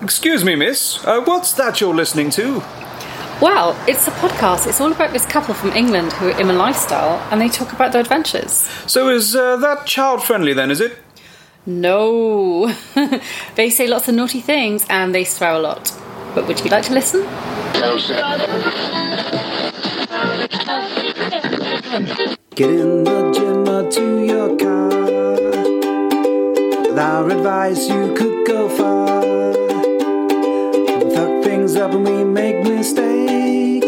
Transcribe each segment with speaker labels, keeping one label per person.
Speaker 1: Excuse me, miss. Uh, what's that you're listening to?
Speaker 2: Well, it's a podcast. It's all about this couple from England who are in a lifestyle and they talk about their adventures.
Speaker 1: So is uh, that child friendly then, is it?
Speaker 2: No. they say lots of naughty things and they swear a lot. But would you like to listen?
Speaker 3: Get in the gym or to your car. With our advice, you could go far. We fuck things up and we make mistakes.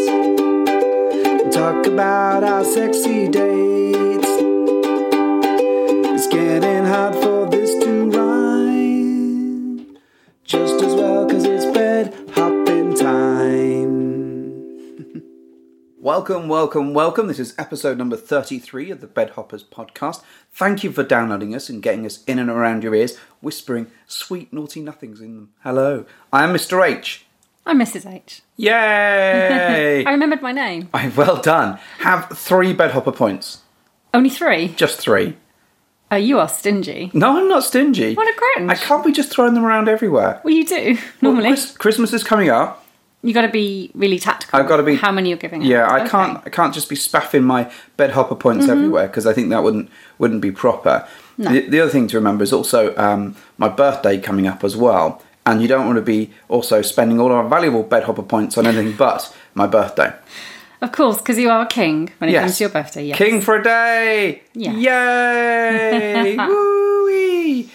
Speaker 3: We talk about our sexy dates. It's getting hard for this to rhyme. Just as well, cause it's bed hopping time.
Speaker 1: Welcome, welcome, welcome. This is episode number 33 of the Bed Hoppers podcast. Thank you for downloading us and getting us in and around your ears, whispering sweet, naughty nothings in them. Hello. I am Mr. H.
Speaker 2: I'm Mrs. H.
Speaker 1: Yay!
Speaker 2: I remembered my name.
Speaker 1: I- well done. Have three bed hopper points.
Speaker 2: Only three.
Speaker 1: Just three.
Speaker 2: Oh, you are stingy.
Speaker 1: No, I'm not stingy.
Speaker 2: What a
Speaker 1: I
Speaker 2: cringe.
Speaker 1: can't be just throwing them around everywhere.
Speaker 2: Well, you do normally.
Speaker 1: Chris- Christmas is coming up.
Speaker 2: you got to be really tactical.
Speaker 1: I've got to be.
Speaker 2: How many you're giving? out.
Speaker 1: Yeah, I
Speaker 2: Okay. Mm-hmm.
Speaker 1: can't. I can't just be spaffing my bed hopper points everywhere because I think that wouldn't wouldn't be proper. The, the other thing to remember is also um, my birthday coming up as well, and you don't want to be also spending all our valuable bed hopper points on anything but my birthday.
Speaker 2: Of course, because you are a king when it comes to your birthday. Yes.
Speaker 1: King for a day. Yay! Woo-wee!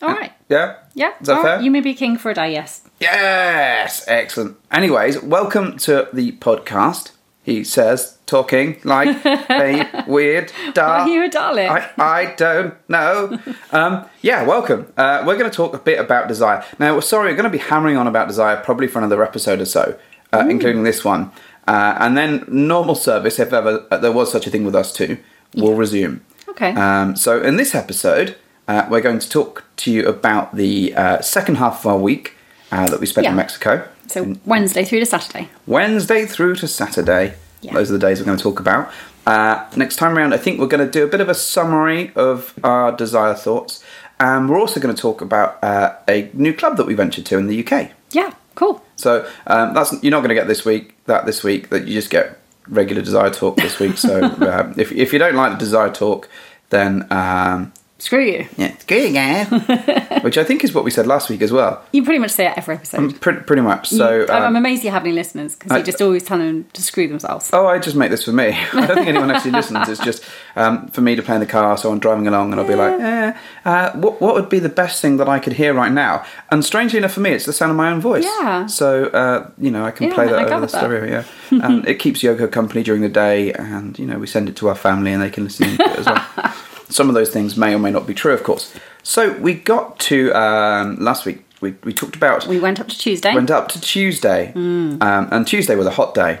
Speaker 2: All right.
Speaker 1: Yeah.
Speaker 2: Yeah.
Speaker 1: Is that
Speaker 2: all right.
Speaker 1: fair?
Speaker 2: You may be king for a day. Yes.
Speaker 1: Yes, excellent. Anyways, welcome to the podcast. He says, talking like a weird
Speaker 2: Are
Speaker 1: dark.
Speaker 2: you a Dalek?
Speaker 1: Ah, I, I don't know. Um, yeah, welcome. Uh, we're going to talk a bit about desire. Now, sorry, we're going to be hammering on about desire probably for another episode or so, uh, including this one. Uh, and then normal service, if ever uh, there was such a thing with us too, will resume.
Speaker 2: Okay.
Speaker 1: Um, so, in this episode, uh, we're going to talk to you about the uh, second half of our week uh, that we spent in
Speaker 2: Yeah.
Speaker 1: Mexico.
Speaker 2: so Wednesday through to Saturday.
Speaker 1: Wednesday through to Saturday.
Speaker 2: Yeah.
Speaker 1: Those are the days we're going to talk about. Uh, next time around, I think we're going to do a bit of a summary of our desire thoughts. And we're also going to talk about uh, a new club that we ventured to in the UK.
Speaker 2: Yeah. Cool.
Speaker 1: So um, that's you're not going to get this week, that this week, that you just get regular desire talk this week. So um, if, if you don't like the desire talk, then um,
Speaker 2: Screw you.
Speaker 1: yeah, it's good again. Which I think is what we said last week as well.
Speaker 2: You pretty much say it every episode.
Speaker 1: Pretty, pretty much. Um, So
Speaker 2: You- I'm- I'm
Speaker 1: um,
Speaker 2: amazed you have any listeners because
Speaker 1: I-
Speaker 2: you just always tell them to screw themselves.
Speaker 1: Oh, I just make this for me. I don't think anyone actually listens. It's just um, for me to play in the car, so I'm driving along and I'll be like, eh, uh, what, what would be the best thing that I could hear right now? And strangely enough for me, it's the sound of my own voice.
Speaker 2: Yeah.
Speaker 1: So, uh, you know, I can
Speaker 2: Yeah,
Speaker 1: play
Speaker 2: I
Speaker 1: that over the
Speaker 2: gathered that.
Speaker 1: stereo, yeah. And it keeps Yoko company during the day and, you know, we send it to our family and they can listen to it as well. Some of those things may or may not be true, of course. So we got to, um, last week, we, we talked about,
Speaker 2: We Mm. went up to Tuesday.
Speaker 1: went up to Tuesday. Um, and Tuesday was a hot day.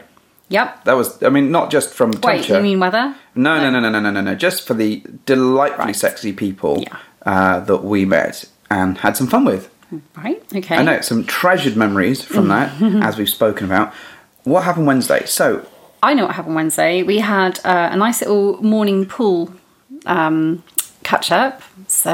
Speaker 2: Yep.
Speaker 1: That was, I mean, not just from
Speaker 2: Wait,
Speaker 1: temperature.
Speaker 2: you mean weather?
Speaker 1: no, no, no, no, no, no, no, no. Just for the delightfully sexy people
Speaker 2: Yeah.
Speaker 1: uh, that we met and had some fun with.
Speaker 2: Right. Okay.
Speaker 1: I know some treasured memories from that, as we've spoken about. What happened Wednesday? So,
Speaker 2: I know what happened Wednesday. We had uh, a nice little morning pool um, catch up. So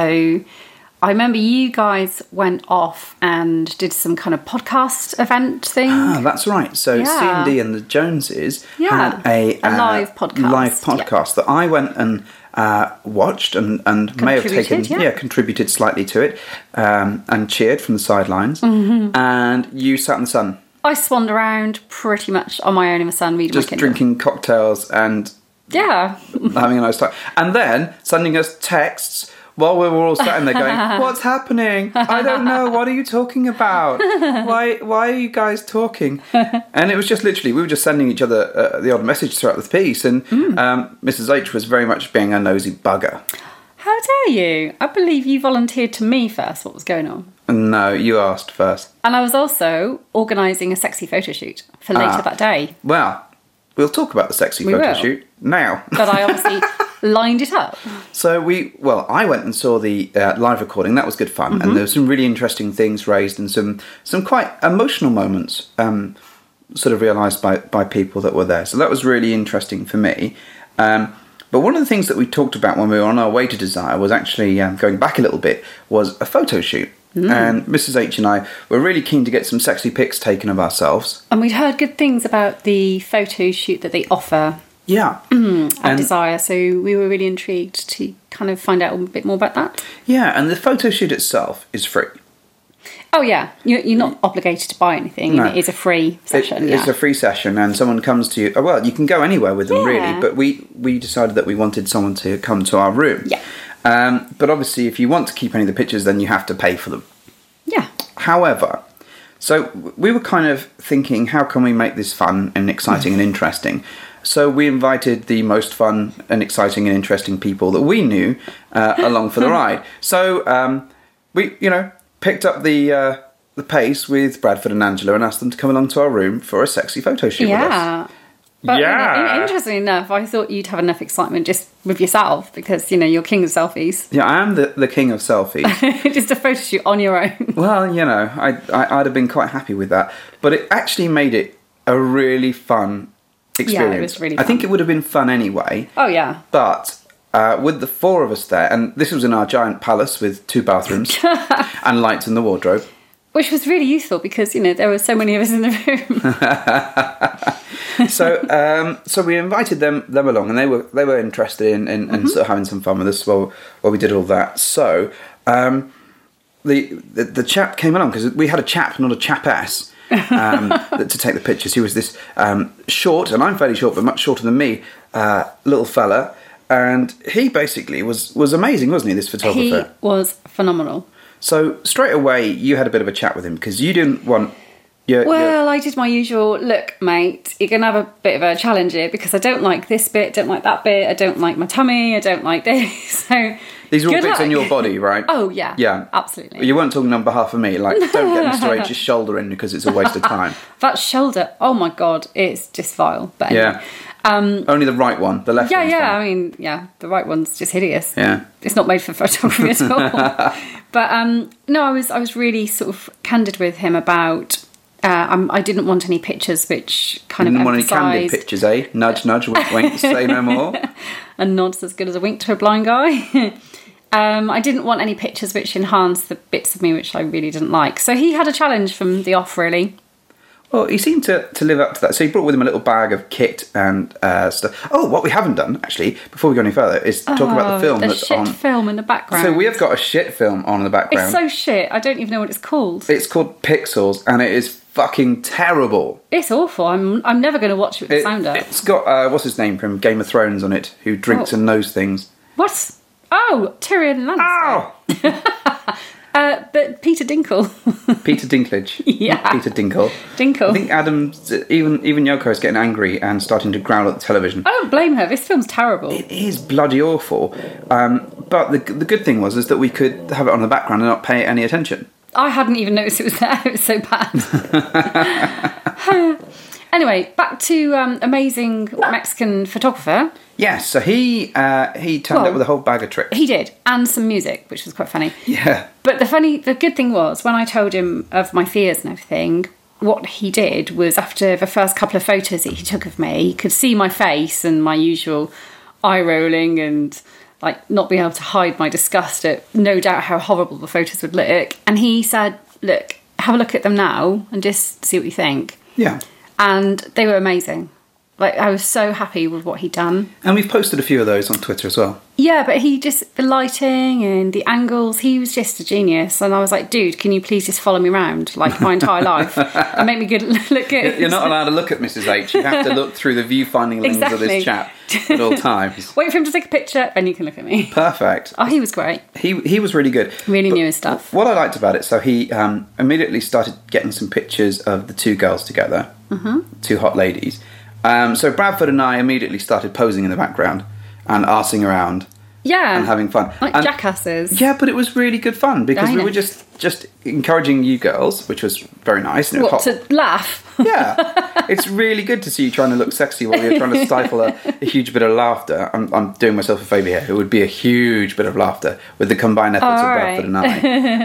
Speaker 2: I remember you guys went off and did some kind of podcast event thing.
Speaker 1: ah, that's right. So
Speaker 2: Yeah.
Speaker 1: C and D and the Joneses
Speaker 2: Yeah.
Speaker 1: had a, uh,
Speaker 2: A live podcast,
Speaker 1: live
Speaker 2: yeah.
Speaker 1: podcast that I went and uh, watched and and may have taken
Speaker 2: Contributed, yeah.
Speaker 1: contributed slightly to it um, and cheered from the sidelines.
Speaker 2: Mm-hmm.
Speaker 1: And you sat in the sun.
Speaker 2: I swanned around pretty much on my own in the sun reading
Speaker 1: just
Speaker 2: my Kindle.
Speaker 1: drinking cocktails and
Speaker 2: Yeah.
Speaker 1: having a nice time. And then sending us texts while we were all sat in there going, What's happening? I don't know. What are you talking about? Why, why are you guys talking? And it was just literally, we were just sending each other uh, the odd message throughout the piece. And
Speaker 2: Mm.
Speaker 1: um, Mrs. H was very much being a nosy bugger.
Speaker 2: How dare you? I believe you volunteered to me first what was going on.
Speaker 1: No, you asked first.
Speaker 2: And I was also organising a sexy photo shoot for later
Speaker 1: Ah.
Speaker 2: that day.
Speaker 1: Well, we'll talk about the sexy
Speaker 2: We
Speaker 1: photo
Speaker 2: will.
Speaker 1: shoot now.
Speaker 2: But I obviously lined it up.
Speaker 1: So we, well, I went and saw the uh, live recording. That was good fun,
Speaker 2: Mm-hmm.
Speaker 1: and there were some really interesting things raised and some some quite emotional moments, um, sort of realised by by people that were there. So that was really interesting for me. Um, but one of the things that we talked about when we were on our way to Desire was actually um, going back a little bit was a photo shoot.
Speaker 2: Mm.
Speaker 1: And Mrs. H and I were really keen to get some sexy pics taken of ourselves.
Speaker 2: And we'd heard good things about the photo shoot that they offer
Speaker 1: Yeah.
Speaker 2: Mm-hmm. at
Speaker 1: Mm-hmm. And-
Speaker 2: Desire, so we were really intrigued to kind of find out a bit more about that.
Speaker 1: Yeah, and the photo shoot itself is free.
Speaker 2: Oh, yeah, you're, you're not obligated to buy anything,
Speaker 1: No.
Speaker 2: and it is a free session.
Speaker 1: It-
Speaker 2: yeah.
Speaker 1: It's a free session, and someone comes to you. oh, Well, you can go anywhere with them, really.
Speaker 2: Yeah.
Speaker 1: But we we decided that we wanted someone to come to our room.
Speaker 2: Yeah.
Speaker 1: Um, but obviously, if you want to keep any of the pictures, then you have to pay for them.
Speaker 2: yeah.
Speaker 1: However, so w- we were kind of thinking, how can we make this fun and exciting and interesting? So we invited the most fun and exciting and interesting people that we knew uh, along for the ride. So um, we, you know, picked up the uh, the pace with Bradford and Angela and asked them to come along to our room for a sexy photo shoot with us.
Speaker 2: Yeah. But
Speaker 1: Yeah.
Speaker 2: you know, in- interestingly enough, I thought you'd have enough excitement just with yourself because, you know, you're king of selfies.
Speaker 1: Yeah, I am the, the king of selfies.
Speaker 2: just a photo shoot on your own.
Speaker 1: well, you know, I, I I'd have been quite happy with that, but it actually made it a really fun experience.
Speaker 2: was really
Speaker 1: I think
Speaker 2: fun.
Speaker 1: it would have been fun anyway.
Speaker 2: Oh, yeah.
Speaker 1: But uh, with the four of us there, and this was in our giant palace with two bathrooms and lights in the wardrobe.
Speaker 2: Which was really useful because, you know, there were so many of us in the room.
Speaker 1: So, um, so we invited them them along, and they were they were interested in, in, in sort of having some fun with us while while we did all that. So, um, the, the the chap came along because we had a chap, not a chapess. um, that- to take the pictures, he was this um, short, and I'm fairly short, but much shorter than me, uh, little fella, and he basically was was amazing, wasn't he? This photographer.
Speaker 2: he was phenomenal.
Speaker 1: So straight away, you had a bit of a chat with him because you didn't want. Your, your-
Speaker 2: Well, I did my usual look, mate. You're gonna have a bit of a challenge here because I don't like this bit, don't like that bit, I don't like my tummy, I don't like this. So
Speaker 1: these are all
Speaker 2: good
Speaker 1: bits on
Speaker 2: luck.
Speaker 1: your body, right?
Speaker 2: Oh, yeah.
Speaker 1: Yeah,
Speaker 2: Absolutely.
Speaker 1: You weren't talking on behalf of me. Like, don't get Mr. H's shoulder in because it's a waste of time.
Speaker 2: That shoulder, oh my god, it's just vile. But anyway.
Speaker 1: Yeah. Um, Only the right one. The left.
Speaker 2: Yeah,
Speaker 1: one's
Speaker 2: yeah.
Speaker 1: fine.
Speaker 2: I mean, yeah, the right one's just hideous.
Speaker 1: Yeah.
Speaker 2: it's not made for photography at all. but um, no, I was I was really sort of candid with him about. Uh, um, I didn't want any pictures, which kind
Speaker 1: You
Speaker 2: of
Speaker 1: didn't want any candid
Speaker 2: emphasised
Speaker 1: pictures, eh? Nudge, nudge, wink, wink. say no more.
Speaker 2: a nod's as good as a wink to a blind guy. um, I didn't want any pictures which enhanced the bits of me which I really didn't like. So he had a challenge from the off, really.
Speaker 1: Well, he seemed to, to live up to that. So he brought with him a little bag of kit and uh, stuff. Oh, what we haven't done actually, before we go any further, is talk about the film
Speaker 2: Oh, the
Speaker 1: that's
Speaker 2: shit
Speaker 1: on.
Speaker 2: film in the background.
Speaker 1: So we have got a shit film on in the background.
Speaker 2: It's so shit. I don't even know what it's called.
Speaker 1: It's called Pixels, and it is fucking terrible.
Speaker 2: It's awful. I'm I'm never going to watch it with
Speaker 1: It,
Speaker 2: the sound up.
Speaker 1: has got uh, what's his name from Game of Thrones on it, who drinks
Speaker 2: Oh.
Speaker 1: and knows things.
Speaker 2: What? Oh, Tyrion Lannister.
Speaker 1: Ow!
Speaker 2: Uh, but Peter Dinkle.
Speaker 1: Peter Dinklage.
Speaker 2: Yeah.
Speaker 1: Peter Dinkle.
Speaker 2: Dinkle.
Speaker 1: I think Adam, even even Yoko is getting angry and starting to growl at the television.
Speaker 2: I don't blame her. This film's terrible.
Speaker 1: It is bloody awful. Um, but the the good thing was is that we could have it on the background and not pay any attention.
Speaker 2: I hadn't even noticed it was there. It was so bad. anyway, back to um, amazing
Speaker 1: Ah!
Speaker 2: Mexican photographer.
Speaker 1: Yes, so he uh, he turned
Speaker 2: Well-
Speaker 1: up with a whole bag of tricks.
Speaker 2: He did, and some music, which was quite funny.
Speaker 1: Yeah.
Speaker 2: But the funny, the good thing was when I told him of my fears and everything, what he did was after the first couple of photos that he took of me, he could see my face and my usual eye rolling and like not being able to hide my disgust at no doubt how horrible the photos would look. And he said, "Look, have a look at them now and just see what you think."
Speaker 1: Yeah.
Speaker 2: And they were amazing. Like I was so happy with what he'd done.
Speaker 1: And we've posted a few of those on Twitter as well.
Speaker 2: Yeah, but he just the lighting and the angles, he was just a genius. And I was like, dude, can you please just follow me around like my entire life and make me good look good?
Speaker 1: You're not allowed to look at Mrs. H. You have to look through the viewfinding lens of
Speaker 2: Exactly.
Speaker 1: this chap at all times.
Speaker 2: Wait for him to take a picture, then you can look at me.
Speaker 1: Perfect.
Speaker 2: Oh, he was great.
Speaker 1: He he was really good.
Speaker 2: Really knew his stuff.
Speaker 1: What I liked about it, so he um, immediately started getting some pictures of the two girls together, mm-hmm. two hot ladies. Um, so Bradford and I immediately started posing in the background and arsing around
Speaker 2: Yeah.
Speaker 1: and having fun.
Speaker 2: Like
Speaker 1: And-
Speaker 2: jackasses.
Speaker 1: Yeah, but it was really good fun because
Speaker 2: I
Speaker 1: we
Speaker 2: know.
Speaker 1: were just just encouraging you girls, which was very nice. And it was
Speaker 2: What
Speaker 1: hot.
Speaker 2: to laugh.
Speaker 1: Yeah, it's really good to see you trying to look sexy while you're trying to stifle a, a huge bit of laughter. I'm, I'm doing myself a favour here. It would be a huge bit of laughter with the combined efforts
Speaker 2: All
Speaker 1: of
Speaker 2: right.
Speaker 1: Bradford and I,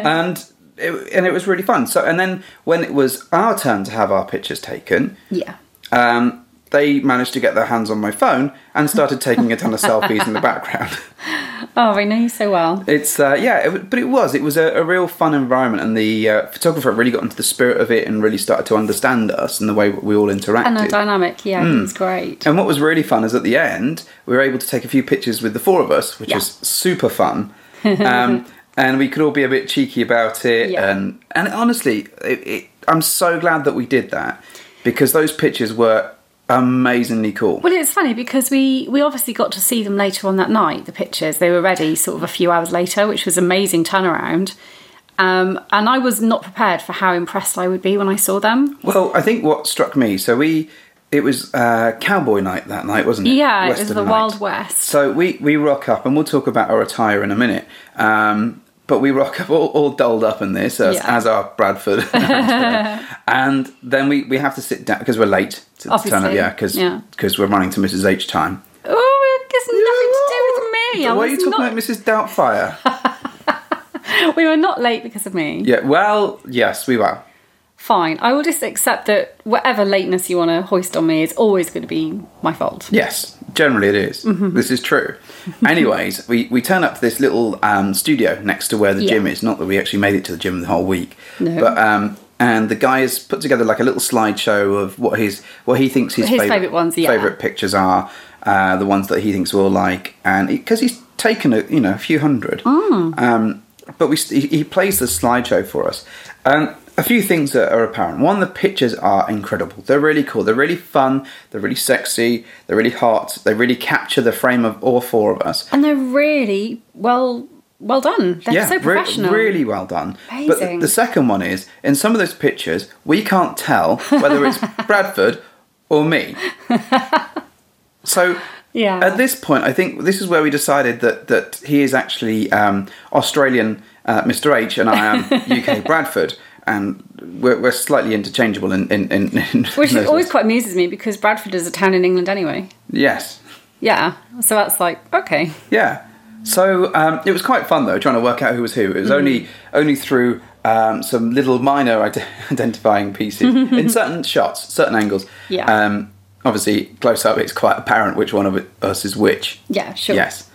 Speaker 1: and it, and it was really fun. So, and then when it was our turn to have our pictures taken,
Speaker 2: yeah.
Speaker 1: um, they managed to get their hands on my phone and started taking a ton of selfies in the background.
Speaker 2: Oh, I know you so well.
Speaker 1: It's uh, yeah, it, w- but it was it was a, a real fun environment, and the uh, photographer really got into the spirit of it and really started to understand us and the way we all interacted.
Speaker 2: And the dynamic, yeah,
Speaker 1: Hmm.
Speaker 2: it's great.
Speaker 1: And what was really fun is at the end, we were able to take a few pictures with the four of us, which
Speaker 2: Yeah.
Speaker 1: was super fun. Um, and we could all be a bit cheeky about it.
Speaker 2: Yeah.
Speaker 1: And, and honestly, it, it, I'm so glad that we did that because those pictures were amazingly cool.
Speaker 2: Well, it's funny because we, we obviously got to see them later on that night, the pictures. They were ready sort of a few hours later, which was amazing turnaround. Um, and I was not prepared for how impressed I would be when I saw them.
Speaker 1: Well, I think what struck me, so we, it was uh, cowboy night that night, wasn't it?
Speaker 2: Yeah, it was
Speaker 1: Western
Speaker 2: the
Speaker 1: night.
Speaker 2: Wild West.
Speaker 1: So we, we rock up, and we'll talk about our attire in a minute. Um, but we rock up all, all dolled up in this, as,
Speaker 2: Yeah.
Speaker 1: as our Bradford. and then we, we have to sit down because we're late to turn up.
Speaker 2: Obviously,
Speaker 1: Yeah, because
Speaker 2: yeah.
Speaker 1: we're running to Mrs. H time.
Speaker 2: Oh, it's nothing to do with me. I
Speaker 1: Why are you
Speaker 2: was
Speaker 1: talking
Speaker 2: not-
Speaker 1: about Mrs. Doubtfire?
Speaker 2: We were not late because of me.
Speaker 1: yeah, well, yes, we were.
Speaker 2: Fine. I will just accept that whatever lateness you want to hoist on me is always going to be my fault.
Speaker 1: Yes, generally it is.
Speaker 2: Mm-hmm.
Speaker 1: This is true. Anyways, we, we turn up to this little um, studio next to where the
Speaker 2: Yeah.
Speaker 1: gym is. Not that we actually made it to the gym the whole week,
Speaker 2: No.
Speaker 1: but um, and the guy has put together like a little slideshow of what his what he thinks his,
Speaker 2: His favourite ones, yeah.
Speaker 1: favorite pictures are, uh, the ones that he thinks we'll like, and because he's taken a you know a few hundred.
Speaker 2: Ah.
Speaker 1: Um, but we st- he he plays the slideshow for us. Um, a few things that are apparent. One, the pictures are incredible. They're really cool. They're really fun. They're really sexy. They're really hot. They really capture the frame of all four of us.
Speaker 2: And they're really well well done. They're so
Speaker 1: re-
Speaker 2: professional.
Speaker 1: really well done. But the-
Speaker 2: Amazing.
Speaker 1: the second one is in some of those pictures, we can't tell whether it's Bradford or me. So
Speaker 2: Yeah.
Speaker 1: at this point, I think this is where we decided that that he is actually um, Australian uh, Mr H, and I am UK Bradford, and we're, we're slightly interchangeable in in, in, in
Speaker 2: Which
Speaker 1: those-
Speaker 2: is always quite amuses me because Bradford is a town in England anyway.
Speaker 1: yes,
Speaker 2: Yeah. So that's like, okay.
Speaker 1: yeah. So um, it was quite fun though, trying to work out who was who. It was
Speaker 2: Mm.
Speaker 1: only only through um, some little minor ide- identifying pieces in certain shots, certain angles.
Speaker 2: Yeah.
Speaker 1: Um, obviously, close up, it's quite apparent which one of us is which.
Speaker 2: Yeah, sure.
Speaker 1: Yes.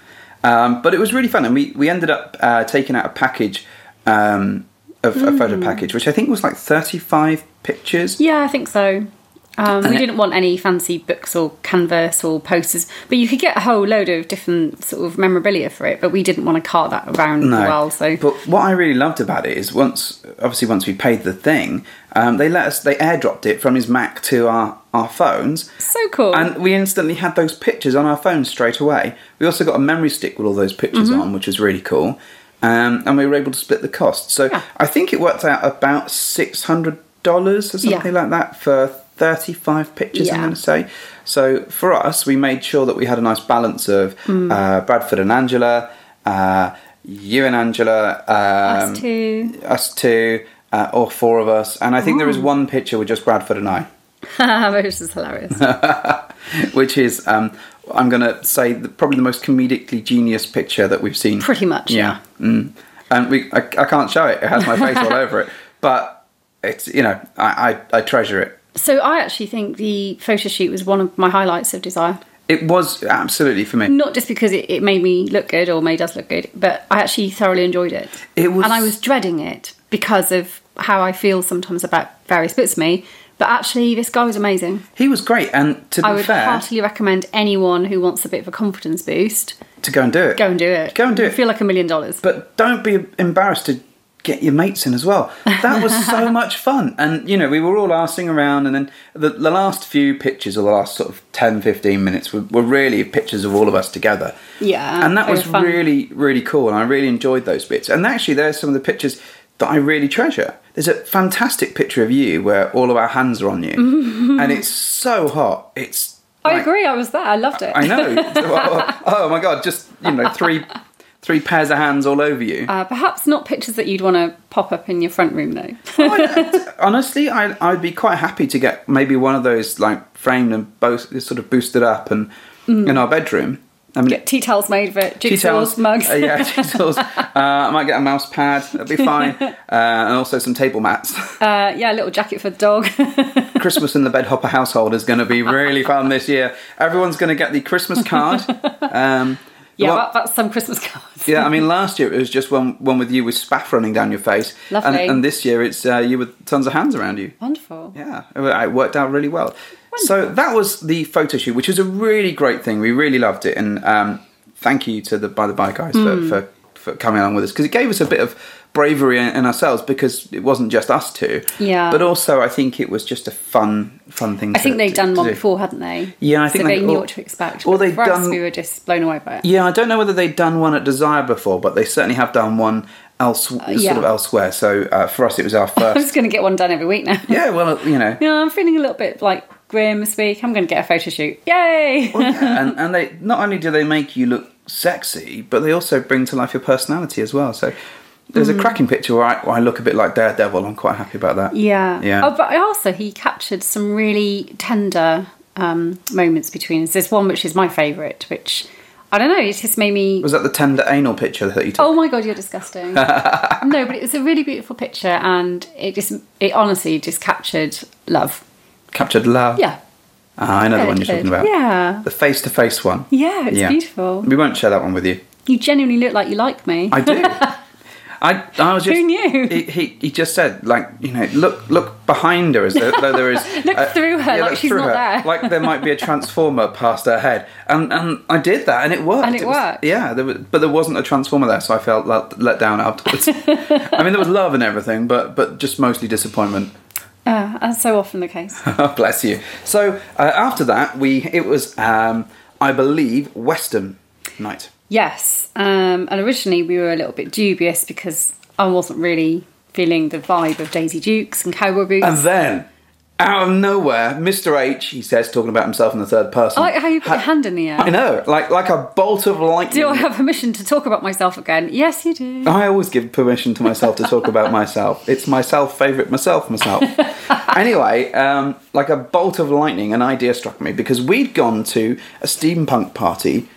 Speaker 1: Um, but it was really fun, and we, we ended up uh, taking out a package, um, of, a
Speaker 2: Mm.
Speaker 1: photo package, which I think was like 35 pictures.
Speaker 2: Yeah, I think so. Um, we didn't want any fancy books or canvas or posters, but you could get a whole load of different sort of memorabilia for it. But we didn't want to cart that around the world, so
Speaker 1: But what I really loved about it is once, obviously, once we paid the thing, um, they let us, they airdropped it from his Mac to our, our phones.
Speaker 2: so cool.
Speaker 1: And we instantly had those pictures on our phones straight away. We also got a memory stick with all those pictures
Speaker 2: Mm-hmm.
Speaker 1: on, which was really cool. Um, and we were able to split the cost. So
Speaker 2: Yeah.
Speaker 1: I think it worked out about six hundred dollars or something
Speaker 2: Yeah.
Speaker 1: like that for thirty-five pictures. I'm
Speaker 2: Yeah.
Speaker 1: going to say. So for us, we made sure that we had a nice balance of
Speaker 2: Mm.
Speaker 1: uh, Bradford and Angela, uh, you and Angela, um,
Speaker 2: us too. Mm.
Speaker 1: us two, uh, all four of us. And I think there is one picture with just Bradford and I
Speaker 2: Which is hilarious.
Speaker 1: which is um, I'm going to say the, probably the most comedically genius picture that we've seen.
Speaker 2: Pretty much,
Speaker 1: yeah. Mm. And we, I, I can't show it; it has my face all over it. But it's you know I, I, I treasure it.
Speaker 2: So I actually think the photo shoot was one of my highlights of Desire.
Speaker 1: It was absolutely for me.
Speaker 2: Not just because it, it made me look good or made us look good, but I actually thoroughly enjoyed it.
Speaker 1: It was-
Speaker 2: and I was dreading it because of how I feel sometimes about various bits of me. But actually, this guy was amazing.
Speaker 1: He was great, and to
Speaker 2: I
Speaker 1: be
Speaker 2: would
Speaker 1: fair,
Speaker 2: heartily recommend anyone who wants a bit of a confidence boost
Speaker 1: to go and do it.
Speaker 2: go and do it.
Speaker 1: Go and do
Speaker 2: You
Speaker 1: it.
Speaker 2: Feel like a million dollars.
Speaker 1: but don't be embarrassed to get your mates in as well. That was so much fun. And, you know, we were all arsing around, and then the, the last few pictures, or the last sort of 10, 15 minutes, were, were really pictures of all of us together.
Speaker 2: Yeah,
Speaker 1: And that
Speaker 2: they
Speaker 1: was
Speaker 2: were fun.
Speaker 1: really, really cool. And I really enjoyed those bits. And actually, there's some of the pictures that I really treasure. There's a fantastic picture of you where all of our hands are on you. and it's so hot. It's.
Speaker 2: I
Speaker 1: like-
Speaker 2: agree. I was there. I loved it.
Speaker 1: I know. oh, my God. Just, you know, three. Three pairs of hands all over you.
Speaker 2: Uh, perhaps not pictures that you'd want to pop up in your front room, though.
Speaker 1: I- honestly, I, I'd be quite happy to get maybe one of those like framed and both sort of boosted up and in our bedroom. I mean,
Speaker 2: Mm. Get tea towels made of it,
Speaker 1: tea
Speaker 2: jigsaws,
Speaker 1: towels,
Speaker 2: mugs.
Speaker 1: uh, yeah, tea towels. Uh, I might get a mouse pad. That'd be fine, uh, and also some table mats.
Speaker 2: Uh, yeah, a little jacket for the dog.
Speaker 1: Christmas in the Bedhopper household is going to be really fun this year. Everyone's going to get the Christmas card. Um,
Speaker 2: Yeah,
Speaker 1: Well-
Speaker 2: that, that's some Christmas cards.
Speaker 1: Yeah, I mean, last year it was just one one with you with spaff running down your face.
Speaker 2: Lovely.
Speaker 1: And, and this year it's uh, you with tons of hands around you.
Speaker 2: Wonderful.
Speaker 1: Yeah, it worked out really well. So that was the photo shoot, which was a really great thing. We really loved it, and um, thank you to the by the by guys
Speaker 2: Mm.
Speaker 1: for, for for coming along with us because it gave us a bit of bravery in, in ourselves because it wasn't just us two.
Speaker 2: Yeah.
Speaker 1: but also I think it was just a fun fun thing.
Speaker 2: I think they'd done
Speaker 1: to
Speaker 2: one
Speaker 1: do.
Speaker 2: before, hadn't they?
Speaker 1: Yeah, I think
Speaker 2: so they,
Speaker 1: they-
Speaker 2: knew
Speaker 1: or-
Speaker 2: what to expect.
Speaker 1: or
Speaker 2: Or
Speaker 1: they'd
Speaker 2: they for us,
Speaker 1: done-
Speaker 2: we were just blown away by it.
Speaker 1: Yeah, I don't know whether they'd done one at Desire before, but they certainly have done one else,
Speaker 2: Uh, yeah.
Speaker 1: sort of elsewhere. So uh, for us, it was our
Speaker 2: I'm
Speaker 1: first.
Speaker 2: just going to get one done every week now.
Speaker 1: yeah, well, you know,
Speaker 2: Yeah, I'm feeling a little bit like grim this week. I'm going to get a photo shoot. Yay!
Speaker 1: and and they not only do they make you look sexy, but they also bring to life your personality as well. So there's
Speaker 2: Mm.
Speaker 1: a cracking picture where I, where I look a bit like Daredevil. I'm quite happy about that.
Speaker 2: Yeah.
Speaker 1: Yeah.
Speaker 2: Oh, but also he captured some really tender um, moments between us. There's one which is my favourite, which I don't know. It just made me.
Speaker 1: Was that the tender anal picture that you took?
Speaker 2: Oh my god, you're disgusting. no, but it was a really beautiful picture, and it just it honestly just captured love.
Speaker 1: Captured love.
Speaker 2: Oh. Yeah.
Speaker 1: Ah, I know
Speaker 2: Yeah,
Speaker 1: the one
Speaker 2: it
Speaker 1: you're
Speaker 2: did.
Speaker 1: talking about.
Speaker 2: Yeah.
Speaker 1: The face to face one.
Speaker 2: Yeah, it's beautiful.
Speaker 1: We won't share that one with you.
Speaker 2: You genuinely look like you like me.
Speaker 1: I do. I, I was just.
Speaker 2: Who knew?
Speaker 1: He, he, he just said, like, you know, look look behind her as though, though there is.
Speaker 2: Look through her, like
Speaker 1: look
Speaker 2: she's
Speaker 1: through
Speaker 2: not there.
Speaker 1: Like there might be a transformer past her head. And and I did that and it worked.
Speaker 2: And it
Speaker 1: was-
Speaker 2: worked.
Speaker 1: yeah, there was, but there wasn't a transformer there, so I felt let, let down afterwards. I mean, there was love and everything, but, but just mostly disappointment.
Speaker 2: Uh, that's so often the case.
Speaker 1: Bless you. So uh, after that, we it was, um, I believe, Western night.
Speaker 2: Yes, um, and originally we were a little bit dubious because I wasn't really feeling the vibe of Daisy Dukes and cowboy boots.
Speaker 1: And then, out of nowhere, Mr. H, he says, talking about himself in the third person.
Speaker 2: Oh, I like how you put
Speaker 1: ha-
Speaker 2: your hand in the air.
Speaker 1: I know, like like a bolt of lightning.
Speaker 2: Do I have permission to talk about myself again? Yes, you do.
Speaker 1: I always give permission to myself to talk about myself. It's myself favorite myself myself. anyway, um, like a bolt of lightning, an idea struck me because we'd gone to a steampunk party.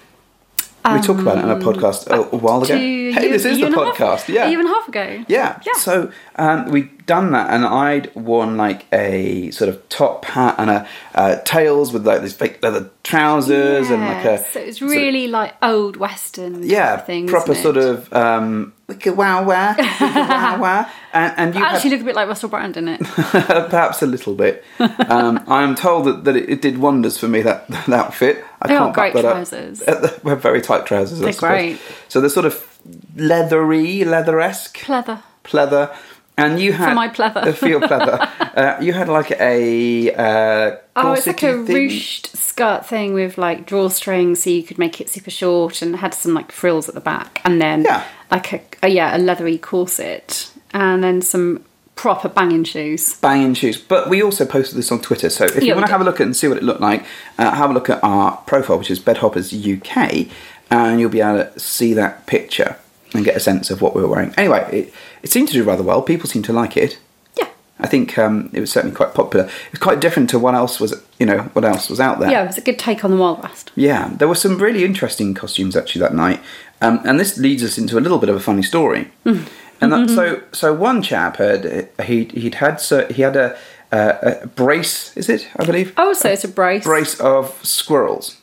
Speaker 1: we talked about it
Speaker 2: Um,
Speaker 1: on a podcast a, a while ago.
Speaker 2: Two
Speaker 1: Hey,
Speaker 2: year-
Speaker 1: this is
Speaker 2: year
Speaker 1: the
Speaker 2: and a half-
Speaker 1: podcast. Yeah,
Speaker 2: a year and a half ago.
Speaker 1: Yeah.
Speaker 2: Yeah.
Speaker 1: So um, we'd done that, and I'd worn like a sort of top hat and a uh, tails with like these fake leather trousers and like a
Speaker 2: so it's
Speaker 1: sort of-
Speaker 2: really like old western.
Speaker 1: yeah
Speaker 2: type thing,
Speaker 1: proper
Speaker 2: isn't it?
Speaker 1: sort of um, wicked wow wow wicked wow wow, and, and you
Speaker 2: I actually
Speaker 1: had,
Speaker 2: look a bit like Russell Brand in it.
Speaker 1: perhaps a little bit. Um, I am told that, that it, it did wonders for me that that outfit. I
Speaker 2: They are
Speaker 1: can't back
Speaker 2: great
Speaker 1: that up.
Speaker 2: trousers.
Speaker 1: Uh, They're very tight trousers. I
Speaker 2: They're
Speaker 1: suppose.
Speaker 2: great.
Speaker 1: So they're sort of leathery, leather-esque
Speaker 2: Pleather.
Speaker 1: pleather. And you had
Speaker 2: my pleather.
Speaker 1: Uh, for your pleather. uh, you had like a uh,
Speaker 2: Oh, it's like a
Speaker 1: corsety thing.
Speaker 2: ruched skirt thing with like drawstring, so you could make it super short, and had some like frills at the back, and then
Speaker 1: Yeah.
Speaker 2: like a, a yeah a leathery corset, and then some proper banging shoes.
Speaker 1: banging shoes. But we also posted this on Twitter, so if
Speaker 2: Yeah,
Speaker 1: you
Speaker 2: we
Speaker 1: want to
Speaker 2: did.
Speaker 1: have a look at it and see what it looked like, uh, have a look at our profile, which is Bedhoppers UK, and you'll be able to see that picture and get a sense of what we were wearing. Anyway, it, it seemed to do rather well. People seemed to like it.
Speaker 2: Yeah,
Speaker 1: I think um, it was certainly quite popular. It was quite different to what else was, you know, what else was out there.
Speaker 2: yeah, it was a good take on the Wild West.
Speaker 1: Yeah, there were some really interesting costumes actually that night, um, and this leads us into a little bit of a funny story.
Speaker 2: Mm.
Speaker 1: and
Speaker 2: Mm-hmm.
Speaker 1: that, so, so one chap had he he'd had so he had a, uh, a brace, is it? I believe
Speaker 2: Oh, so it's a brace,
Speaker 1: brace of squirrels.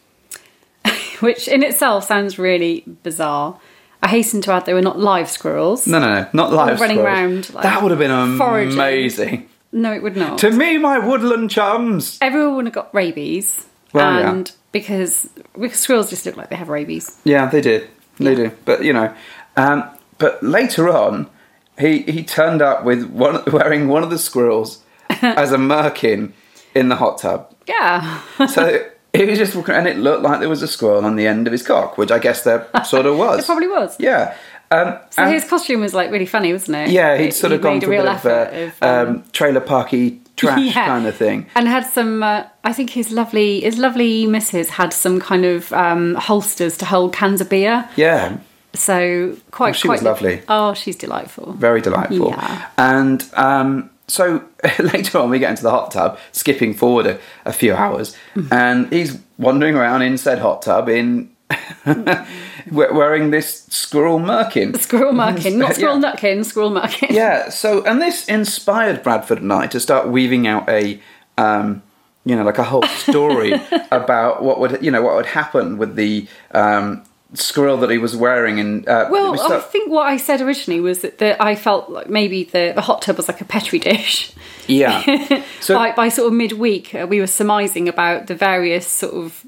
Speaker 2: which in itself sounds really bizarre. I hasten to add they were not live squirrels.
Speaker 1: No, no, no, not live
Speaker 2: running
Speaker 1: squirrels.
Speaker 2: round, like,
Speaker 1: that would have been
Speaker 2: foraging.
Speaker 1: amazing.
Speaker 2: No, it would not.
Speaker 1: To me, my woodland chums.
Speaker 2: Everyone would have got rabies,
Speaker 1: Well, yeah.
Speaker 2: and because, because squirrels just look like they have rabies.
Speaker 1: Yeah, they did. They do. But you know, um, but later on, he he turned up with one wearing one of the squirrels as a merkin in the hot tub.
Speaker 2: Yeah.
Speaker 1: So he was just walking, and it looked like there was a squirrel on the end of his cock, which I guess there sort of was.
Speaker 2: It probably was.
Speaker 1: Yeah. Um,
Speaker 2: So
Speaker 1: and-
Speaker 2: his costume was like really funny, wasn't it?
Speaker 1: yeah,
Speaker 2: It-
Speaker 1: he'd sort of
Speaker 2: he
Speaker 1: gone
Speaker 2: made
Speaker 1: for a bit of, a um, trailer parky trash
Speaker 2: yeah.
Speaker 1: kind of thing.
Speaker 2: and had some. Uh, I think his lovely, his lovely missus had some kind of um, holsters to hold cans of beer.
Speaker 1: Yeah,
Speaker 2: So quite,
Speaker 1: Oh, she
Speaker 2: quite
Speaker 1: was lovely.
Speaker 2: Oh, she's delightful.
Speaker 1: very delightful.
Speaker 2: Yeah.
Speaker 1: And um, so later on, we get into the hot tub, skipping forward a, a few hours,
Speaker 2: Mm-hmm.
Speaker 1: and he's wandering around in said hot tub in we- wearing this squirrel merkin.
Speaker 2: Squirrel merkin,
Speaker 1: Yeah.
Speaker 2: not squirrel nutkin, squirrel merkin.
Speaker 1: Yeah. So, and this inspired Bradford and I to start weaving out a, um, you know, like a whole story about what would you know what would happen with the um, squirrel that he was wearing and uh, it
Speaker 2: Well, oh.
Speaker 1: was
Speaker 2: I
Speaker 1: so-
Speaker 2: think what I said originally was that, that I felt like maybe the, the hot tub was like a petri dish.
Speaker 1: yeah. So
Speaker 2: by, by sort of midweek, uh, we were surmising about the various sort of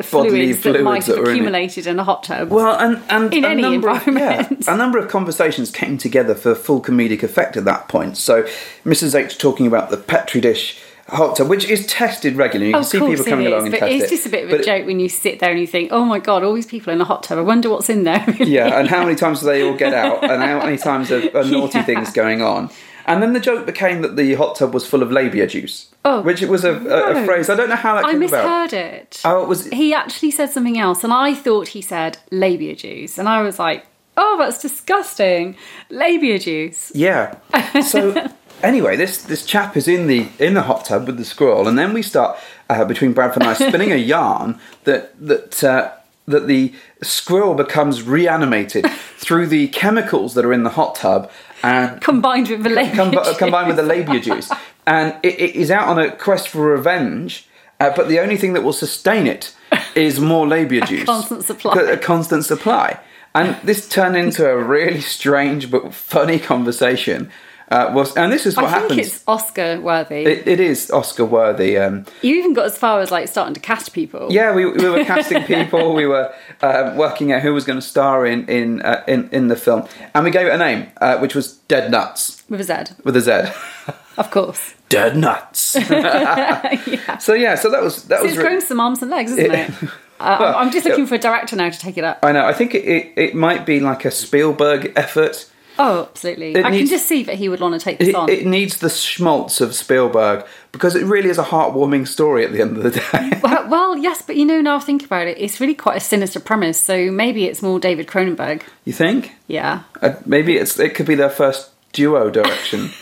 Speaker 2: fluids, that
Speaker 1: fluids
Speaker 2: might
Speaker 1: that
Speaker 2: have
Speaker 1: were in it.
Speaker 2: accumulated in a hot tub.
Speaker 1: well, and and
Speaker 2: In
Speaker 1: a
Speaker 2: any
Speaker 1: number
Speaker 2: environment.
Speaker 1: Of, yeah, a number of conversations came together for full comedic effect at that point. So Mrs H talking about the petri dish hot tub, which is tested regularly. You can
Speaker 2: Oh, of
Speaker 1: see
Speaker 2: course
Speaker 1: people
Speaker 2: it
Speaker 1: coming
Speaker 2: is,
Speaker 1: along and
Speaker 2: but
Speaker 1: test
Speaker 2: it's
Speaker 1: it.
Speaker 2: just a bit of
Speaker 1: But
Speaker 2: a
Speaker 1: it-
Speaker 2: joke when you sit there and you think, "Oh my god, all these people in a hot tub. I wonder what's in there."
Speaker 1: Yeah, and how many times do they all get out, and how many times are, are naughty
Speaker 2: Yeah.
Speaker 1: things going on? And then the joke became that the hot tub was full of labia juice,
Speaker 2: Oh,
Speaker 1: which it was a, a, a
Speaker 2: no.
Speaker 1: phrase I don't know how that
Speaker 2: I
Speaker 1: came about.
Speaker 2: misheard it.
Speaker 1: Oh, it was
Speaker 2: He actually said something else, and I thought he said labia juice, and I was like, "Oh, that's disgusting, labia juice."
Speaker 1: Yeah. So anyway, this this chap is in the in the hot tub with the squirrel, and then we start uh, between Bradford and I spinning a yarn that that. Uh, that the squirrel becomes reanimated through the chemicals that are in the hot tub and
Speaker 2: Combined with the labia
Speaker 1: combi-
Speaker 2: juice.
Speaker 1: combined with the labia juice. And it, it is out on a quest for revenge, uh, but the only thing that will sustain it is more labia juice.
Speaker 2: constant supply.
Speaker 1: A constant supply. And this turned into a really strange but funny conversation. Uh, was, and this is what
Speaker 2: I
Speaker 1: happens.
Speaker 2: think it's Oscar worthy.
Speaker 1: it, it is Oscar worthy. Um,
Speaker 2: you even got as far as like starting to cast people.
Speaker 1: yeah, we, we were casting people. we were um, working out who was going to star in in, uh, in in the film, and we gave it a name, uh, which was Dead Nuts
Speaker 2: with a Z,
Speaker 1: with a Z.
Speaker 2: of course.
Speaker 1: Dead Nuts.
Speaker 2: yeah.
Speaker 1: So yeah, so that was that
Speaker 2: So
Speaker 1: was.
Speaker 2: it's
Speaker 1: re-
Speaker 2: grown some arms and legs, isn't
Speaker 1: Yeah.
Speaker 2: it? Uh, I'm- I'm just looking for a director now to take it up.
Speaker 1: I know. I think it, it, it might be like a Spielberg effort.
Speaker 2: Oh, absolutely.
Speaker 1: It
Speaker 2: I
Speaker 1: needs-
Speaker 2: can just see that he would want to take this
Speaker 1: It,
Speaker 2: on.
Speaker 1: it needs the schmaltz of Spielberg because it really is a heartwarming story at the end of the day.
Speaker 2: well, well, yes, but you know, now I think about it, it's really quite a sinister premise. So maybe it's more David Cronenberg.
Speaker 1: you think?
Speaker 2: Yeah,
Speaker 1: Uh, maybe it's it could be their first duo direction.